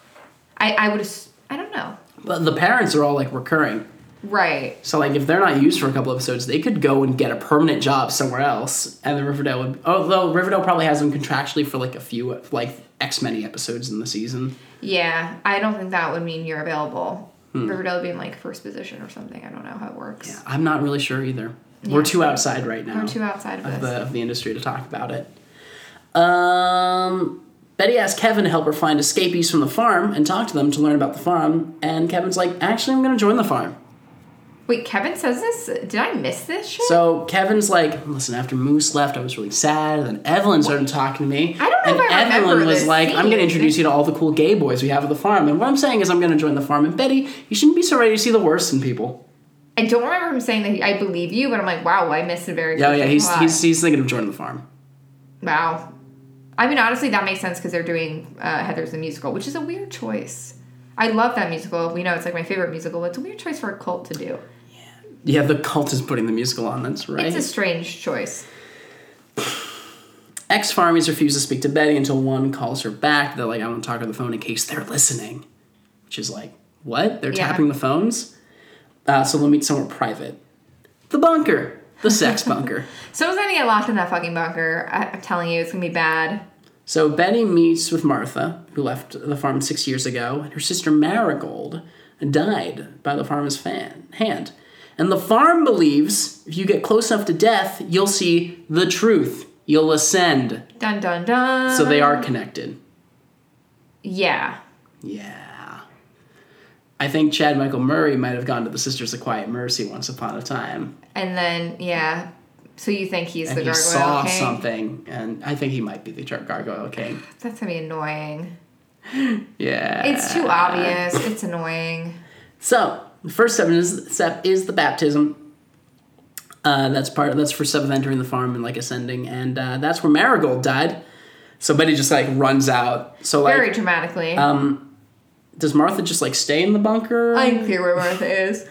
Speaker 1: I I would. ass- I don't know.
Speaker 2: But the parents are all like recurring.
Speaker 1: Right.
Speaker 2: So like if they're not used for a couple episodes, they could go and get a permanent job somewhere else, and the Riverdale would. Although Riverdale probably has them contractually for like a few, like X many episodes in the season.
Speaker 1: Yeah. I don't think that would mean you're available.
Speaker 2: Hmm.
Speaker 1: Riverdale would be in like first position or something. I don't know how it works.
Speaker 2: I'm not really sure either. We're too outside right now.
Speaker 1: We're too outside of
Speaker 2: of
Speaker 1: this.
Speaker 2: the of the industry to talk about it. Um. Betty asks Kevin to help her find escapees from the farm and talk to them to learn about the farm. And Kevin's like, actually, I'm going to join the farm.
Speaker 1: Wait, Kevin says this? Did I miss this shit?
Speaker 2: So Kevin's like, listen, after Moose left, I was really sad. And then Evelyn started talking to me.
Speaker 1: I don't know
Speaker 2: and
Speaker 1: if I remember
Speaker 2: Evelyn was
Speaker 1: this
Speaker 2: like, I'm going
Speaker 1: scene."
Speaker 2: to introduce you to all the cool gay boys we have at the farm. And what I'm saying is, I'm going to join the farm. And Betty, you shouldn't be so ready to see the worst in people.
Speaker 1: I don't remember him saying that he, I believe you, but I'm like, wow, I missed a very
Speaker 2: Yeah, yeah,
Speaker 1: crucial
Speaker 2: he's,
Speaker 1: plot.
Speaker 2: he's, he's thinking of joining the farm.
Speaker 1: Wow. I mean, honestly, that makes sense because they're doing uh, Heather's the Musical, which is a weird choice. I love that musical. We know it's like my favorite musical. but It's a weird choice for a cult to do.
Speaker 2: Yeah, the cult is putting the musical on. That's right.
Speaker 1: It's a strange choice.
Speaker 2: Ex farmies refuse to speak to Betty until one calls her back. They're like, I want to talk on the phone in case they're listening. Which is like, what? They're
Speaker 1: Yeah.
Speaker 2: tapping the phones? Uh, so they'll meet somewhere private. The bunker. The sex bunker.
Speaker 1: Someone's gonna get locked in that fucking bunker. I- I'm telling you, it's gonna be bad.
Speaker 2: So Betty meets with Martha, who left the farm six years ago, and her sister Marigold died by the farmer's fan, hand. And the farm believes if you get close enough to death, you'll see the truth. You'll ascend.
Speaker 1: Dun dun dun.
Speaker 2: So they are connected.
Speaker 1: Yeah.
Speaker 2: Yeah. I think Chad Michael Murray might have gone to the Sisters of Quiet Mercy once upon a time.
Speaker 1: And then yeah. So you think he's
Speaker 2: And
Speaker 1: the
Speaker 2: he
Speaker 1: gargoyle
Speaker 2: saw
Speaker 1: king?
Speaker 2: something, and I think he might be the Gar- Gargoyle King.
Speaker 1: That's gonna be annoying.
Speaker 2: Yeah.
Speaker 1: It's too obvious. It's annoying.
Speaker 2: So, the first step is, step is the baptism. Uh, that's part. That's for seventh entering the farm and like ascending, and uh, that's where Marigold died. So Betty just like runs out. So like, um,
Speaker 1: Very dramatically.
Speaker 2: does Martha just like stay in the bunker?
Speaker 1: Unclear where Martha is.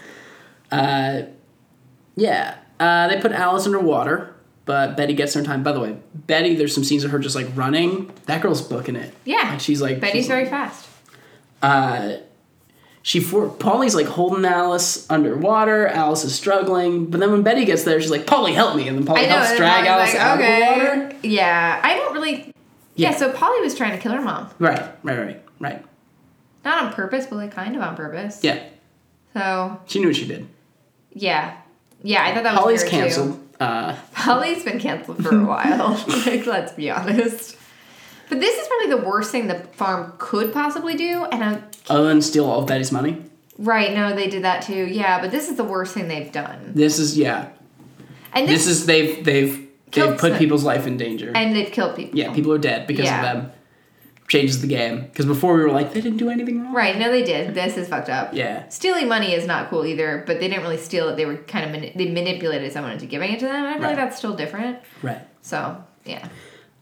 Speaker 2: Yeah. Uh, they put Alice underwater, but Betty gets her time. By the way, Betty, there's some scenes of her just like running. That girl's booking it.
Speaker 1: Yeah.
Speaker 2: Like, she's like
Speaker 1: Betty's
Speaker 2: she's-
Speaker 1: very fast.
Speaker 2: She for Polly's like holding Alice underwater. Alice is struggling, but then when Betty gets there, she's like, "Polly, help me!" And then Polly
Speaker 1: I know.
Speaker 2: helps
Speaker 1: and
Speaker 2: drag
Speaker 1: I was
Speaker 2: Alice
Speaker 1: like,
Speaker 2: out
Speaker 1: okay.
Speaker 2: of the water.
Speaker 1: Yeah, I don't really. Yeah.
Speaker 2: Yeah.
Speaker 1: so Polly was trying to kill her mom,
Speaker 2: Right, right, right, right.
Speaker 1: not on purpose, but like kind of on purpose.
Speaker 2: Yeah,
Speaker 1: So
Speaker 2: she knew what she did.
Speaker 1: yeah, yeah, I thought that
Speaker 2: Polly's
Speaker 1: was weird,
Speaker 2: canceled.
Speaker 1: Too.
Speaker 2: Uh,
Speaker 1: Polly's been canceled
Speaker 2: *laughs*
Speaker 1: for a while. like, let's be honest. But this is probably the worst thing the farm could possibly do, and I'm
Speaker 2: other than steal all of Betty's money,
Speaker 1: right. No, they did that too. Yeah, but this is the worst thing they've done.
Speaker 2: this is yeah.
Speaker 1: And
Speaker 2: This is they've they've
Speaker 1: Killed
Speaker 2: they've put
Speaker 1: some-
Speaker 2: people's life in danger.
Speaker 1: and they've killed people.
Speaker 2: yeah, people are dead because
Speaker 1: Yeah.
Speaker 2: of them. changes the game. Because before we were like, they didn't do anything wrong.
Speaker 1: Right. No, they did. This is fucked up.
Speaker 2: Yeah.
Speaker 1: Stealing money is not cool either, but they didn't really steal it. They were kind of mani- they manipulated someone into giving it to them. I feel
Speaker 2: Right.
Speaker 1: like that's still different.
Speaker 2: Right.
Speaker 1: So yeah,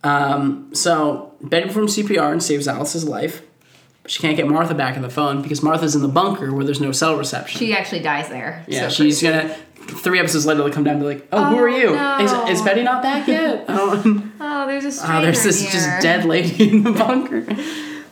Speaker 2: Um, so Ben performs CPR and saves Alice's life. But she can't get Martha back on the phone because Martha's in the bunker where there's no cell reception.
Speaker 1: she actually dies there.
Speaker 2: yeah,
Speaker 1: So
Speaker 2: she's gonna. Three episodes later, they'll come down and be like, "Oh, who are you?
Speaker 1: no.
Speaker 2: Is, is Betty not back
Speaker 1: *laughs*
Speaker 2: yet? Oh, *laughs*
Speaker 1: Oh, there's a stranger
Speaker 2: oh, there's this
Speaker 1: here.
Speaker 2: just dead lady *laughs* in the bunker."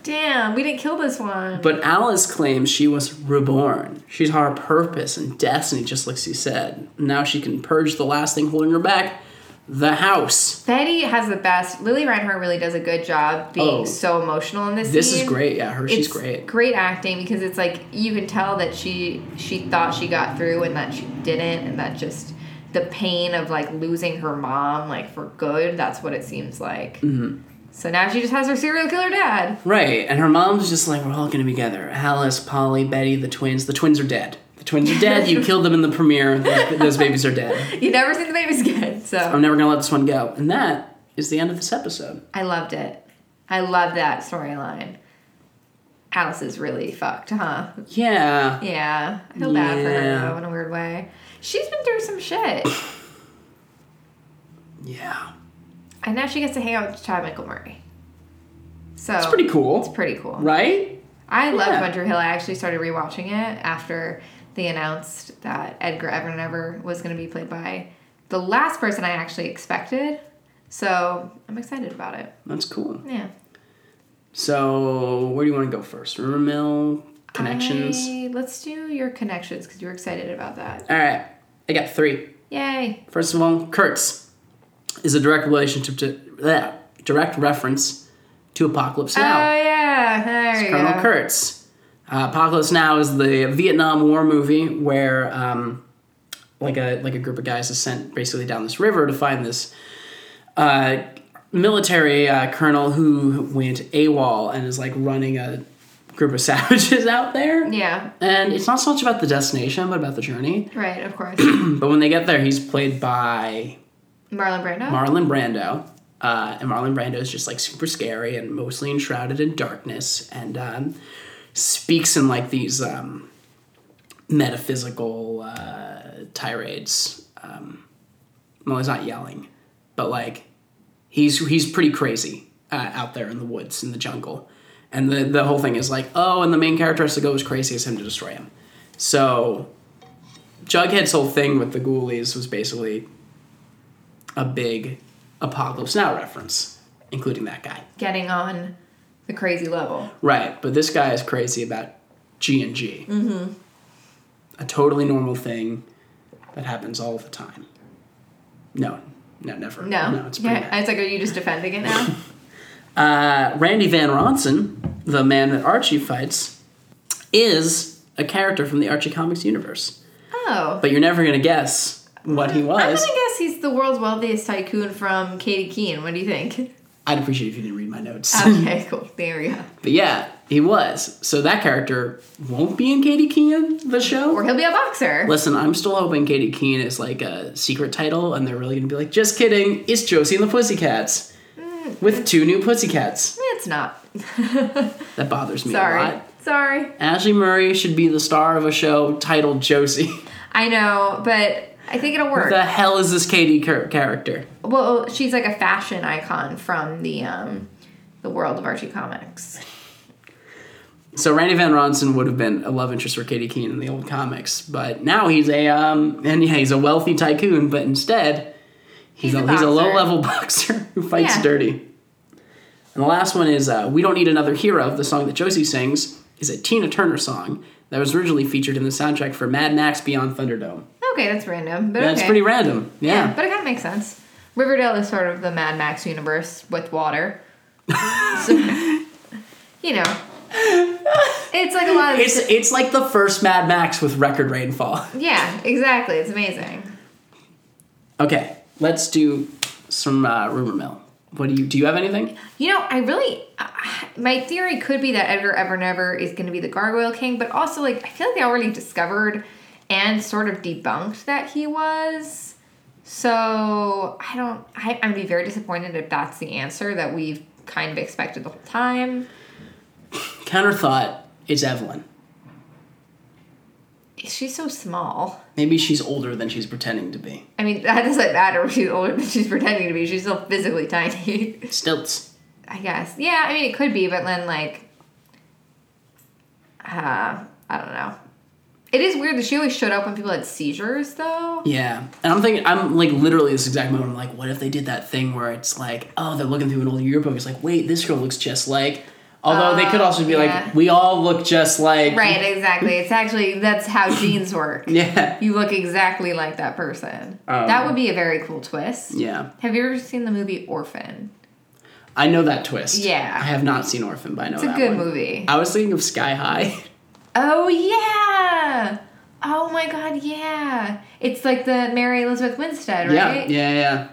Speaker 1: Damn, we didn't kill this one.
Speaker 2: But Alice claims she was reborn. She's her purpose and destiny, just like she said. Now she can purge the last thing holding her back, the house.
Speaker 1: Betty has the best. Lily Reinhart really does a good job being
Speaker 2: Oh.
Speaker 1: so emotional in this.
Speaker 2: This is
Speaker 1: scene.
Speaker 2: great. Yeah, her, she's
Speaker 1: It's
Speaker 2: great.
Speaker 1: Great acting because it's like you can tell that she she thought she got through and that she didn't, and that just the pain of like losing her mom like for good. That's what it seems like.
Speaker 2: Mm-hmm.
Speaker 1: So now she just has her serial killer dad.
Speaker 2: Right, and her mom's just like, we're all gonna be together. Alice, Polly, Betty, the twins. The twins are dead. The twins are dead. you killed them in the premiere. Those, those babies are dead.
Speaker 1: You never see the babies again. So
Speaker 2: I'm never gonna let this one go. And that is the end of this episode.
Speaker 1: I loved it. I love that storyline. Alice is really fucked, huh?
Speaker 2: Yeah.
Speaker 1: Yeah, I feel bad for her
Speaker 2: Yeah.
Speaker 1: though in a weird way. She's been through some shit,
Speaker 2: Yeah.
Speaker 1: and now she gets to hang out with Chad Michael Murray. So
Speaker 2: It's pretty cool.
Speaker 1: It's pretty cool.
Speaker 2: Right?
Speaker 1: I love
Speaker 2: Yeah.
Speaker 1: Bunker Hill. I actually started rewatching it after they announced that Edgar Everett Ever was going to be played by the last person I actually expected. So I'm excited about it.
Speaker 2: That's cool.
Speaker 1: Yeah.
Speaker 2: So, where do you wanna go first? Rumor mill? Connections?
Speaker 1: I- let's do your connections because you were excited about that.
Speaker 2: All right, I got three.
Speaker 1: Yay.
Speaker 2: First of all, Kurtz is a direct relationship to bleh, direct reference to Apocalypse
Speaker 1: Oh,
Speaker 2: Now.
Speaker 1: yeah. There you
Speaker 2: Colonel
Speaker 1: go.
Speaker 2: Kurtz. Uh, Apocalypse Now is the Vietnam War movie where um, like a like a group of guys is sent basically down this river to find this uh, military uh, colonel who went AWOL and is like running a group of *laughs* savages out there.
Speaker 1: Yeah.
Speaker 2: And it's not so much about the destination, but about the journey.
Speaker 1: Right, of
Speaker 2: *coughs*
Speaker 1: course.
Speaker 2: *clears throat* But when they get there, he's played by
Speaker 1: Marlon Brando.
Speaker 2: Marlon Brando. Uh, and Marlon Brando is just like super scary and mostly enshrouded in darkness and um, speaks in like these um, metaphysical uh, tirades. Um, well, he's not yelling, but like he's he's pretty crazy uh, out there in the woods in the jungle. And the, the whole thing is like, oh, and the main character has to go as crazy as him to destroy him. So, Jughead's whole thing with the ghoulies was basically a big Apocalypse Now reference, including that guy.
Speaker 1: Getting on the crazy level.
Speaker 2: Right, but this guy is crazy about G and G.
Speaker 1: Mm-hmm.
Speaker 2: A totally normal thing that happens all the time. No, no, never.
Speaker 1: No.
Speaker 2: no, it's pretty
Speaker 1: yeah.
Speaker 2: bad.
Speaker 1: It's like, are you just defending it
Speaker 2: *laughs*
Speaker 1: now?
Speaker 2: Uh, Randy Van Ronson, the man that Archie fights, is a character from the Archie comics universe.
Speaker 1: oh.
Speaker 2: But you're never gonna guess what he
Speaker 1: I'm
Speaker 2: was.
Speaker 1: gonna guess he's the world's wealthiest tycoon from Katie Keene. What do you
Speaker 2: *laughs*
Speaker 1: think?
Speaker 2: I'd appreciate if you didn't read my notes. *laughs*
Speaker 1: Okay, cool. There we go.
Speaker 2: But yeah, he was. So that character won't be in Katie Keene, the
Speaker 1: Or
Speaker 2: show.
Speaker 1: he'll be a boxer.
Speaker 2: Listen, I'm still hoping Katie Keene is like a secret title and they're really gonna be like, just kidding, it's Josie and the Pussycats.
Speaker 1: Mm,
Speaker 2: With two new pussycats.
Speaker 1: It's not.
Speaker 2: That bothers me a
Speaker 1: Sorry.
Speaker 2: lot.
Speaker 1: Sorry.
Speaker 2: Ashley Murray should be the star of a show
Speaker 1: *laughs*
Speaker 2: titled Josie.
Speaker 1: I know, but I think it'll work.
Speaker 2: the hell is this Katie Ker- character?
Speaker 1: well, she's like a fashion icon from the um the world of Archie Comics.
Speaker 2: So Randy Van Ronson would have been a love interest for Katie Keene in the old comics, but now he's a um and yeah, he's a wealthy tycoon, but instead he's,
Speaker 1: He's
Speaker 2: a,
Speaker 1: a
Speaker 2: he's a
Speaker 1: boxer.
Speaker 2: low level *laughs* boxer who fights
Speaker 1: Yeah.
Speaker 2: dirty. And the last one is uh, "We Don't Need Another Hero." The song that Josie sings is a Tina Turner song that was originally featured in the soundtrack for Mad Max Beyond Thunderdome.
Speaker 1: Okay, that's random, but
Speaker 2: That's
Speaker 1: okay.
Speaker 2: pretty random, yeah.
Speaker 1: but it kind of makes sense. Riverdale is sort of the Mad Max universe with
Speaker 2: *laughs*
Speaker 1: water. so, you know, it's like a lot of
Speaker 2: It's it's like the first Mad Max with record rainfall. *laughs*
Speaker 1: yeah, exactly. It's amazing.
Speaker 2: Okay, let's do some uh, rumor mill. What do you do? You have anything?
Speaker 1: You know, I really, uh, my theory could be that Edgar Evernever is going to be the Gargoyle King, but also like I feel like they already discovered and sort of debunked that he was. So I don't. I, I'm gonna be very disappointed if that's the answer that we've kind of expected the whole time.
Speaker 2: Counterthought is Evelyn.
Speaker 1: She's so small.
Speaker 2: Maybe she's older than she's pretending to be.
Speaker 1: I mean, *laughs* that doesn't matter if she's older than she's pretending to be. She's still physically tiny. *laughs*
Speaker 2: Stilts.
Speaker 1: I guess. Yeah, I mean, it could be, but then, like, uh, I don't know. It is weird that she always showed up when people had seizures, though.
Speaker 2: Yeah. And I'm thinking, I'm like literally this exact moment, I'm like, what if they did that thing where it's like, oh, they're looking through an old yearbook. It's like, wait, this girl looks just like. Although they could also be
Speaker 1: Oh, yeah.
Speaker 2: like, we all look just like.
Speaker 1: Right, exactly. It's actually, that's
Speaker 2: *coughs*
Speaker 1: how genes work.
Speaker 2: *laughs* Yeah.
Speaker 1: You look exactly like that person.
Speaker 2: Um,
Speaker 1: that would be a very cool twist.
Speaker 2: Yeah.
Speaker 1: Have you ever seen the movie Orphan?
Speaker 2: I know that twist.
Speaker 1: Yeah.
Speaker 2: I have not seen Orphan, but I know
Speaker 1: It's a
Speaker 2: that
Speaker 1: good
Speaker 2: one.
Speaker 1: movie.
Speaker 2: I was thinking of Sky High. *laughs*
Speaker 1: Oh, yeah. Oh my god, yeah. It's like the Mary Elizabeth Winstead,
Speaker 2: Yeah,
Speaker 1: right?
Speaker 2: yeah, yeah.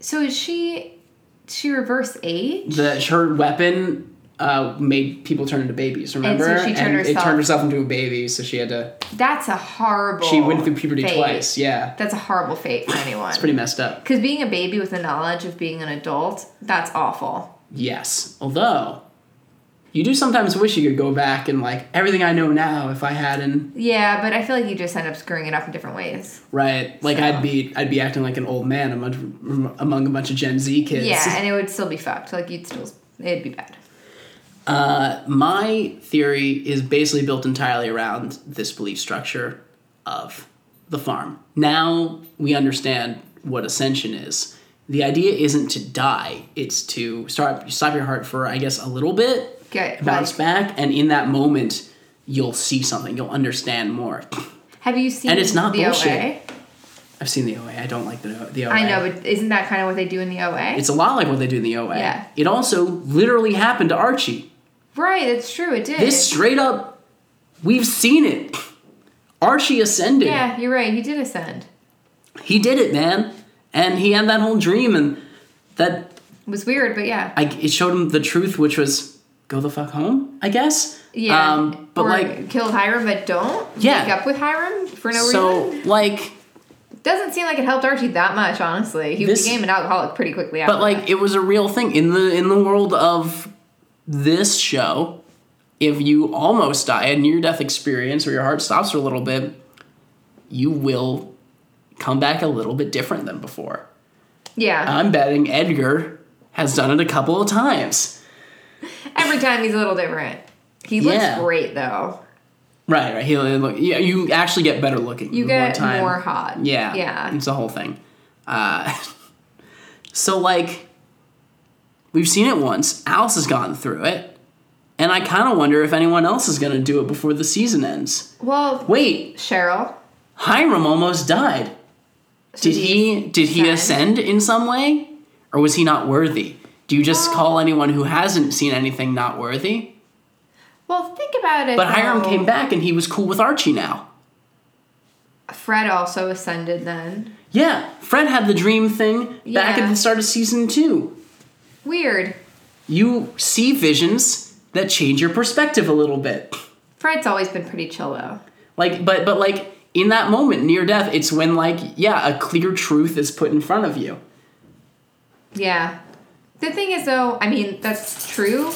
Speaker 1: So is she she reverse age?
Speaker 2: The her weapon uh, made people turn into babies. Remember,
Speaker 1: she turned
Speaker 2: and it
Speaker 1: herself-
Speaker 2: turned herself into a baby, so she had to.
Speaker 1: That's a horrible
Speaker 2: She went through puberty
Speaker 1: fate.
Speaker 2: twice. Yeah,
Speaker 1: That's a horrible fate for anyone.
Speaker 2: it's pretty messed up.
Speaker 1: Cuz being a baby with the knowledge of being an adult, that's awful.
Speaker 2: Yes, although you do sometimes wish you could go back and like everything I know now. If I hadn't,
Speaker 1: Yeah, but I feel like you just end up screwing it up in different ways.
Speaker 2: right? Like
Speaker 1: So-
Speaker 2: I'd be, I'd be acting like an old man among, among a bunch of Gen Z kids.
Speaker 1: yeah, and it would still be fucked. Like you'd still it'd be bad.
Speaker 2: Uh, my theory is basically built entirely around this belief structure of the farm. Now we understand what ascension is. The idea isn't to die; it's to start stop your heart for, I guess, a little bit,
Speaker 1: Get
Speaker 2: bounce
Speaker 1: like-
Speaker 2: back, and in that moment, you'll see something. You'll understand more.
Speaker 1: Have you seen
Speaker 2: And it's not
Speaker 1: the
Speaker 2: bullshit. I've seen the OA. I don't like the the OA.
Speaker 1: OA? I know, but isn't that kind of what they do in the OA?
Speaker 2: it's a lot like what they do in the OA.
Speaker 1: Yeah.
Speaker 2: It also literally happened to Archie.
Speaker 1: right, that's true. It did.
Speaker 2: This straight up, we've seen it. Archie ascended.
Speaker 1: Yeah, you're right. He did ascend.
Speaker 2: He did it, man. And he had that whole dream, and that
Speaker 1: It was weird, but yeah.
Speaker 2: I, it showed him the truth, which was go the fuck home, I guess.
Speaker 1: Yeah.
Speaker 2: Um, but
Speaker 1: or
Speaker 2: like,
Speaker 1: killed Hiram, but don't
Speaker 2: Yeah.
Speaker 1: link up with Hiram for no
Speaker 2: so
Speaker 1: reason.
Speaker 2: like,
Speaker 1: Doesn't seem like it helped Archie that much, honestly. He
Speaker 2: This-
Speaker 1: became an alcoholic pretty quickly after.
Speaker 2: but like, it was a real thing in the in the world of this show. If you almost die, a near death experience, or your heart stops for a little bit, you will come back a little bit different than before.
Speaker 1: that. yeah.
Speaker 2: I'm betting Edgar has done it a couple of times.
Speaker 1: Every time he's a little different. He
Speaker 2: Yeah.
Speaker 1: looks great though.
Speaker 2: Right, right. He look, yeah, you actually get better looking.
Speaker 1: You
Speaker 2: with
Speaker 1: get
Speaker 2: time.
Speaker 1: more hot.
Speaker 2: Yeah,
Speaker 1: Yeah.
Speaker 2: It's a whole thing. Uh, *laughs* so like, we've seen it once. Alice has gotten through it, and I kind of wonder if anyone else is going to do it before the season ends.
Speaker 1: Well
Speaker 2: Wait,
Speaker 1: Cheryl.
Speaker 2: Hiram almost died. Did he? Did he ascend in some way, or was he not worthy? Do you just call anyone who hasn't seen anything not worthy?
Speaker 1: Well think about it.
Speaker 2: But Hiram
Speaker 1: though.
Speaker 2: came back and he was cool with Archie now.
Speaker 1: Fred also ascended then.
Speaker 2: Yeah, Fred had the dream thing back at
Speaker 1: Yeah.
Speaker 2: the start of season two.
Speaker 1: Weird.
Speaker 2: You see visions that change your perspective a little bit.
Speaker 1: Fred's always been pretty chill though.
Speaker 2: Like, but but like in that moment near death, it's when like yeah, a clear truth is put in front of you.
Speaker 1: Yeah. The thing is, though, I mean, that's true.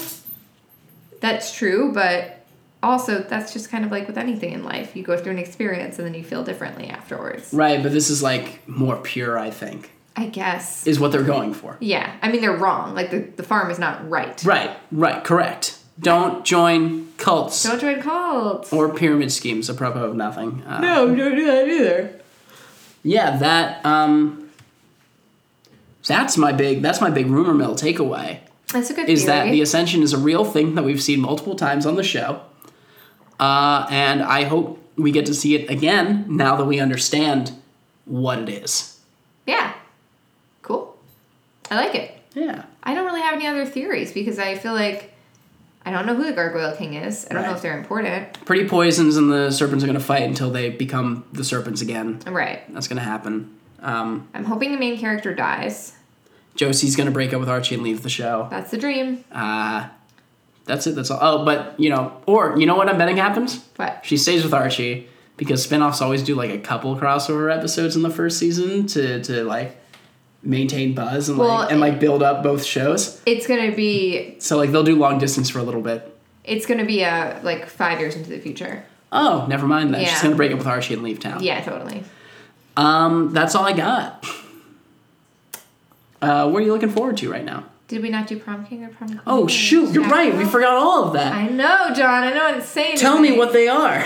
Speaker 1: That's true, but also that's just kind of like with anything in life. You go through an experience and then you feel differently afterwards.
Speaker 2: Right, but this is like more pure. I think
Speaker 1: I guess.
Speaker 2: is what they're going for.
Speaker 1: Yeah. I mean, they're wrong. Like, the, the farm is not right.
Speaker 2: Right, right, correct. Don't join cults
Speaker 1: Don't join cults.
Speaker 2: or pyramid schemes. Apropos of nothing. Uh,
Speaker 1: don't do that either.
Speaker 2: yeah that um that's my big that's my big rumor mill takeaway
Speaker 1: That's a good
Speaker 2: is that
Speaker 1: theory.
Speaker 2: the ascension is a real thing that we've seen multiple times on the show uh and i hope we get to see it again now that we understand what it is
Speaker 1: yeah. Cool. I like it.
Speaker 2: yeah
Speaker 1: I don't really have any other theories because I feel like I don't know who the Gargoyle King is. I don't know
Speaker 2: Right.
Speaker 1: if they're important.
Speaker 2: pretty poisons and the serpents are going to fight until they become the serpents again
Speaker 1: Right.
Speaker 2: that's going to happen um
Speaker 1: I'm hoping the main character dies.
Speaker 2: josie's going to break up with archie and leave the show
Speaker 1: That's the dream.
Speaker 2: uh that's it that's all oh but you know or you know what i'm betting happens
Speaker 1: But
Speaker 2: She stays with Archie because spinoffs always do like a couple crossover episodes in the first season to to like maintain buzz and
Speaker 1: Well,
Speaker 2: like and like build up both shows.
Speaker 1: It's gonna be
Speaker 2: So like they'll do long distance for a little bit.
Speaker 1: it's gonna be a like five years into the future.
Speaker 2: Oh, never mind that. She's
Speaker 1: Yeah.
Speaker 2: gonna break up with Archie and leave town.
Speaker 1: Yeah, totally.
Speaker 2: Um, that's all I got. *laughs* Uh, what are you looking forward to right now?
Speaker 1: Did we not do prom king or prom queen?
Speaker 2: Oh shoot, you're right. We forgot all of that.
Speaker 1: Hmm, I know, John. I know I'm saying.
Speaker 2: Tell me what they are.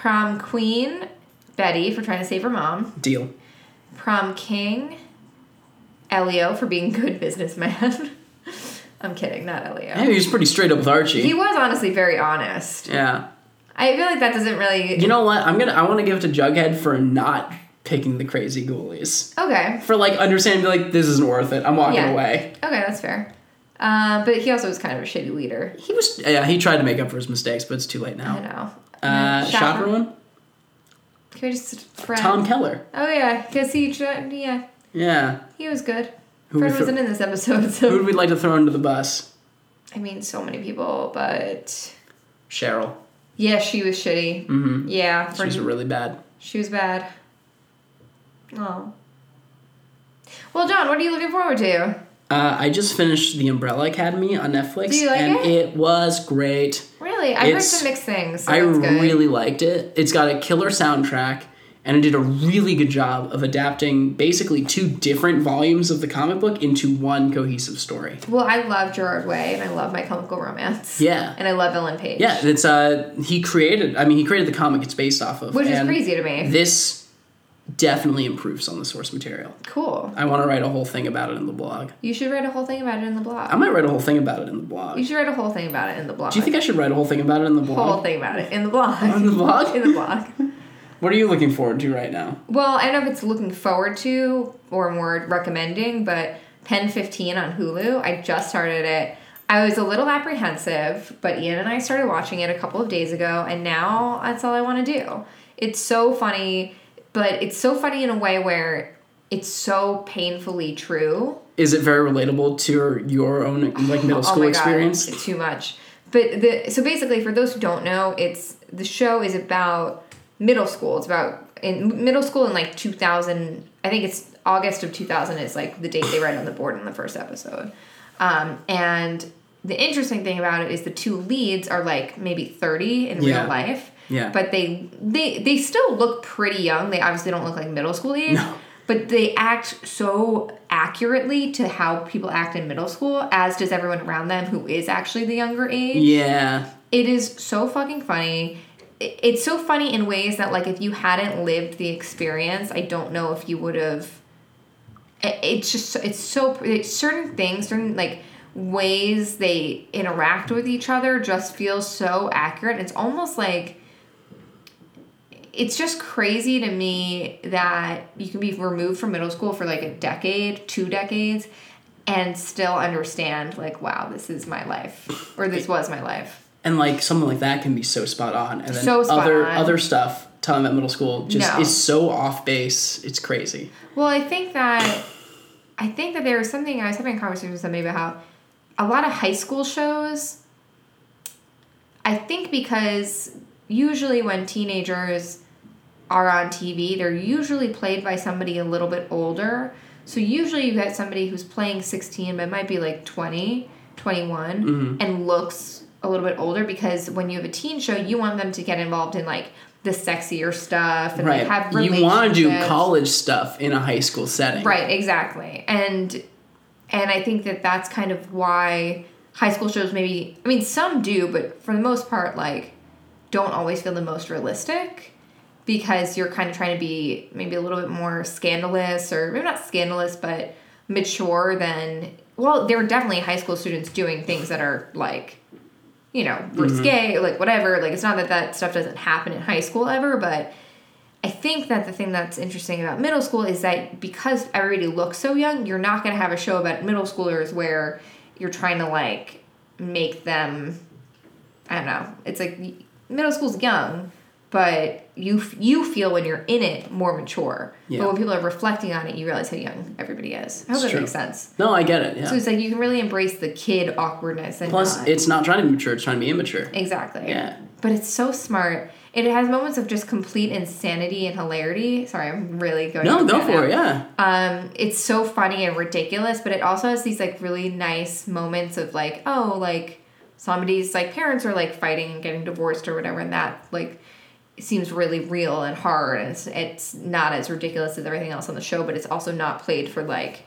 Speaker 1: prom queen Betty for trying to save her mom.
Speaker 2: Deal.
Speaker 1: Prom king Elio for being a good businessman. *laughs* I'm kidding, not Elio.
Speaker 2: Yeah, he was pretty straight up with Archie.
Speaker 1: He was honestly very honest.
Speaker 2: yeah.
Speaker 1: I feel like that doesn't really.
Speaker 2: You know what? I'm gonna I want to give it to Jughead for not picking the crazy ghoulies.
Speaker 1: Okay.
Speaker 2: For like understanding, be like this isn't worth it. I'm walking
Speaker 1: Yeah.
Speaker 2: away.
Speaker 1: Okay, that's fair. Uh, but he also was kind of a shitty leader.
Speaker 2: He was yeah. He tried to make up for his mistakes, but it's too late
Speaker 1: I
Speaker 2: now.
Speaker 1: know.
Speaker 2: Uh,
Speaker 1: Shopper.
Speaker 2: Chaperone,
Speaker 1: Can we just friend?
Speaker 2: Tom Keller.
Speaker 1: Oh yeah, because he tried. Yeah,
Speaker 2: Yeah.
Speaker 1: he was good.
Speaker 2: Who
Speaker 1: Fred
Speaker 2: we throw-
Speaker 1: wasn't in this episode, *laughs*
Speaker 2: Who
Speaker 1: so
Speaker 2: would we like to throw under the bus?
Speaker 1: I mean, so many people, but
Speaker 2: Cheryl.
Speaker 1: yeah, she was shitty.
Speaker 2: Mm-hmm.
Speaker 1: Yeah,
Speaker 2: She was
Speaker 1: for-
Speaker 2: really bad.
Speaker 1: she was bad. Oh. Well, John, what are you looking forward to?
Speaker 2: Uh, I just finished The Umbrella Academy on Netflix,
Speaker 1: Do you like
Speaker 2: and
Speaker 1: it?
Speaker 2: it was great.
Speaker 1: Really, I've heard
Speaker 2: It's-
Speaker 1: some mixed things. So
Speaker 2: I
Speaker 1: that's good.
Speaker 2: really liked it. It's got a killer soundtrack, and it did a really good job of adapting basically two different volumes of the comic book into one cohesive story.
Speaker 1: Well, I love Gerard Way, and I love My Chemical Romance.
Speaker 2: Yeah.
Speaker 1: And I love Ellen Page.
Speaker 2: Yeah, it's uh he created. I mean, he created the comic it's based off of,
Speaker 1: Which is
Speaker 2: and
Speaker 1: crazy to me.
Speaker 2: This definitely improves on the source material.
Speaker 1: Cool.
Speaker 2: I want to write a whole thing about it in the blog.
Speaker 1: You should write a whole thing about it in the blog.
Speaker 2: I might write a whole thing about it in the blog.
Speaker 1: you should write a whole thing about it in the blog.
Speaker 2: Do you think I should write a whole thing about it in the blog?
Speaker 1: whole thing about it in the blog?
Speaker 2: In the
Speaker 1: *laughs*
Speaker 2: blog?
Speaker 1: in the blog.
Speaker 2: What are you looking forward to right now?
Speaker 1: Well, I don't know if it's looking forward to or more recommending, but Pen 15 on Hulu, I just started it. I was a little apprehensive, but Ian and I started watching it a couple of days ago, and now that's all I want to do. It's so funny, but it's so funny in a way where it's so painfully true.
Speaker 2: Is it very relatable to your, your own like middle school experience?
Speaker 1: Oh God, it's too much. But the so basically, for those who don't know, it's the show is about middle school. It's about in middle school in like 2000. I think it's August of 2000 is like the date they write on the board in the first episode. Um, and the interesting thing about it is the two leads are like maybe 30 in
Speaker 2: Yeah.
Speaker 1: real life.
Speaker 2: Yeah.
Speaker 1: But they they they still look pretty young. They obviously don't look like middle school age.
Speaker 2: No.
Speaker 1: But they act so accurately to how people act in middle school, as does everyone around them who is actually the younger age.
Speaker 2: Yeah.
Speaker 1: It is so fucking funny. I- It's so funny in ways that, like, if you hadn't lived the experience, I don't know if you would have. I- It's just, it's so, it's certain things, certain, like, ways they interact with each other just feel so accurate. It's almost like it's just crazy to me that you can be removed from middle school for like a decade, two decades, and still understand like, wow, this is my life, or this was my life.
Speaker 2: And like something like that can be so spot on, and then
Speaker 1: So spot
Speaker 2: other
Speaker 1: on.
Speaker 2: other stuff. Time at middle school just
Speaker 1: No.
Speaker 2: is so off base. It's crazy.
Speaker 1: Well, I think that I think that there was something I was having a conversation with somebody about how a lot of high school shows. I think because usually when teenagers are on TV, they're usually played by somebody a little bit older. So usually you get somebody who's playing 16 but might be like 20, 21
Speaker 2: Mm-hmm.
Speaker 1: and looks a little bit older because when you have a teen show, you want them to get involved in like the sexier stuff and
Speaker 2: Right.
Speaker 1: like have
Speaker 2: you want to do
Speaker 1: relationships.
Speaker 2: college stuff in a high school setting.
Speaker 1: Right, exactly. And and I think that that's kind of why high school shows maybe I mean some do, but for the most part like don't always feel the most realistic because you're kind of trying to be maybe a little bit more scandalous or maybe not scandalous but mature than well, there were definitely high school students doing things that are like you know,
Speaker 2: Mm-hmm.
Speaker 1: risque, like whatever. Like, it's not that that stuff doesn't happen in high school ever, but I think that the thing that's interesting about middle school is that because everybody looks so young, you're not going to have a show about middle schoolers where you're trying to like make them. I don't know. It's like y- middle school's young, but you f- you feel when you're in it more mature.
Speaker 2: Yeah.
Speaker 1: But when people are reflecting on it, you realize how young everybody is. I hope
Speaker 2: It's
Speaker 1: that
Speaker 2: true.
Speaker 1: makes sense.
Speaker 2: No, I get it. Yeah.
Speaker 1: So it's like you can really embrace the kid awkwardness and
Speaker 2: Plus,
Speaker 1: not-
Speaker 2: it's not trying to be mature. It's trying to be immature.
Speaker 1: Exactly.
Speaker 2: Yeah.
Speaker 1: But it's so smart. It has moments of just complete insanity and hilarity. Sorry, I'm really going.
Speaker 2: No,
Speaker 1: off
Speaker 2: go
Speaker 1: that
Speaker 2: for
Speaker 1: now.
Speaker 2: it. Yeah.
Speaker 1: Um, it's so funny and ridiculous, but it also has these like really nice moments of like, oh, like somebody's like parents are like fighting and getting divorced or whatever, and that like seems really real and hard, and it's, it's not as ridiculous as everything else on the show, but it's also not played for like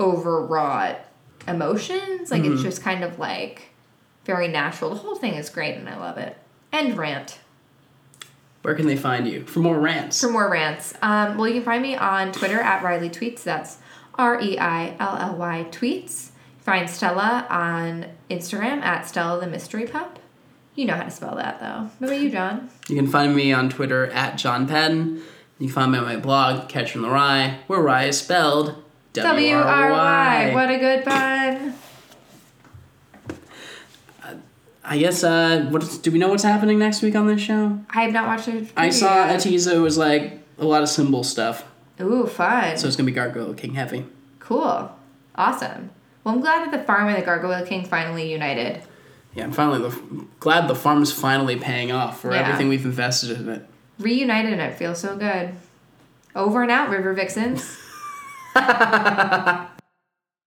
Speaker 1: overwrought emotions. Like it's just kind of like very natural. The whole thing is great, and I love it. And rant.
Speaker 2: Where can they find you for more rants?
Speaker 1: For more rants, um, well, you can find me on Twitter at Riley Tweets. That's R E I L L Y Tweets. Find Stella on Instagram at Stella the Mystery Pup. You know how to spell that though. What about you, John?
Speaker 2: You can find me on Twitter at John Patton. You can find me on my blog, Catch from the Rye, where rye is spelled
Speaker 1: W R Y.
Speaker 2: W-R-Y.
Speaker 1: What a good pun.
Speaker 2: I guess, uh, what, do we know what's happening next week on this show?
Speaker 1: I have not watched it.
Speaker 2: I saw a teaser. It was like a lot of symbol stuff.
Speaker 1: Ooh, fun.
Speaker 2: So it's going to be Gargoyle King heavy.
Speaker 1: cool. Awesome. Well, I'm glad that the farm and the Gargoyle King finally united.
Speaker 2: Yeah, I'm finally the, glad the farm is finally paying off for
Speaker 1: Yeah.
Speaker 2: everything we've invested in it.
Speaker 1: Reunited and it feels so good. Over and out, River Vixens.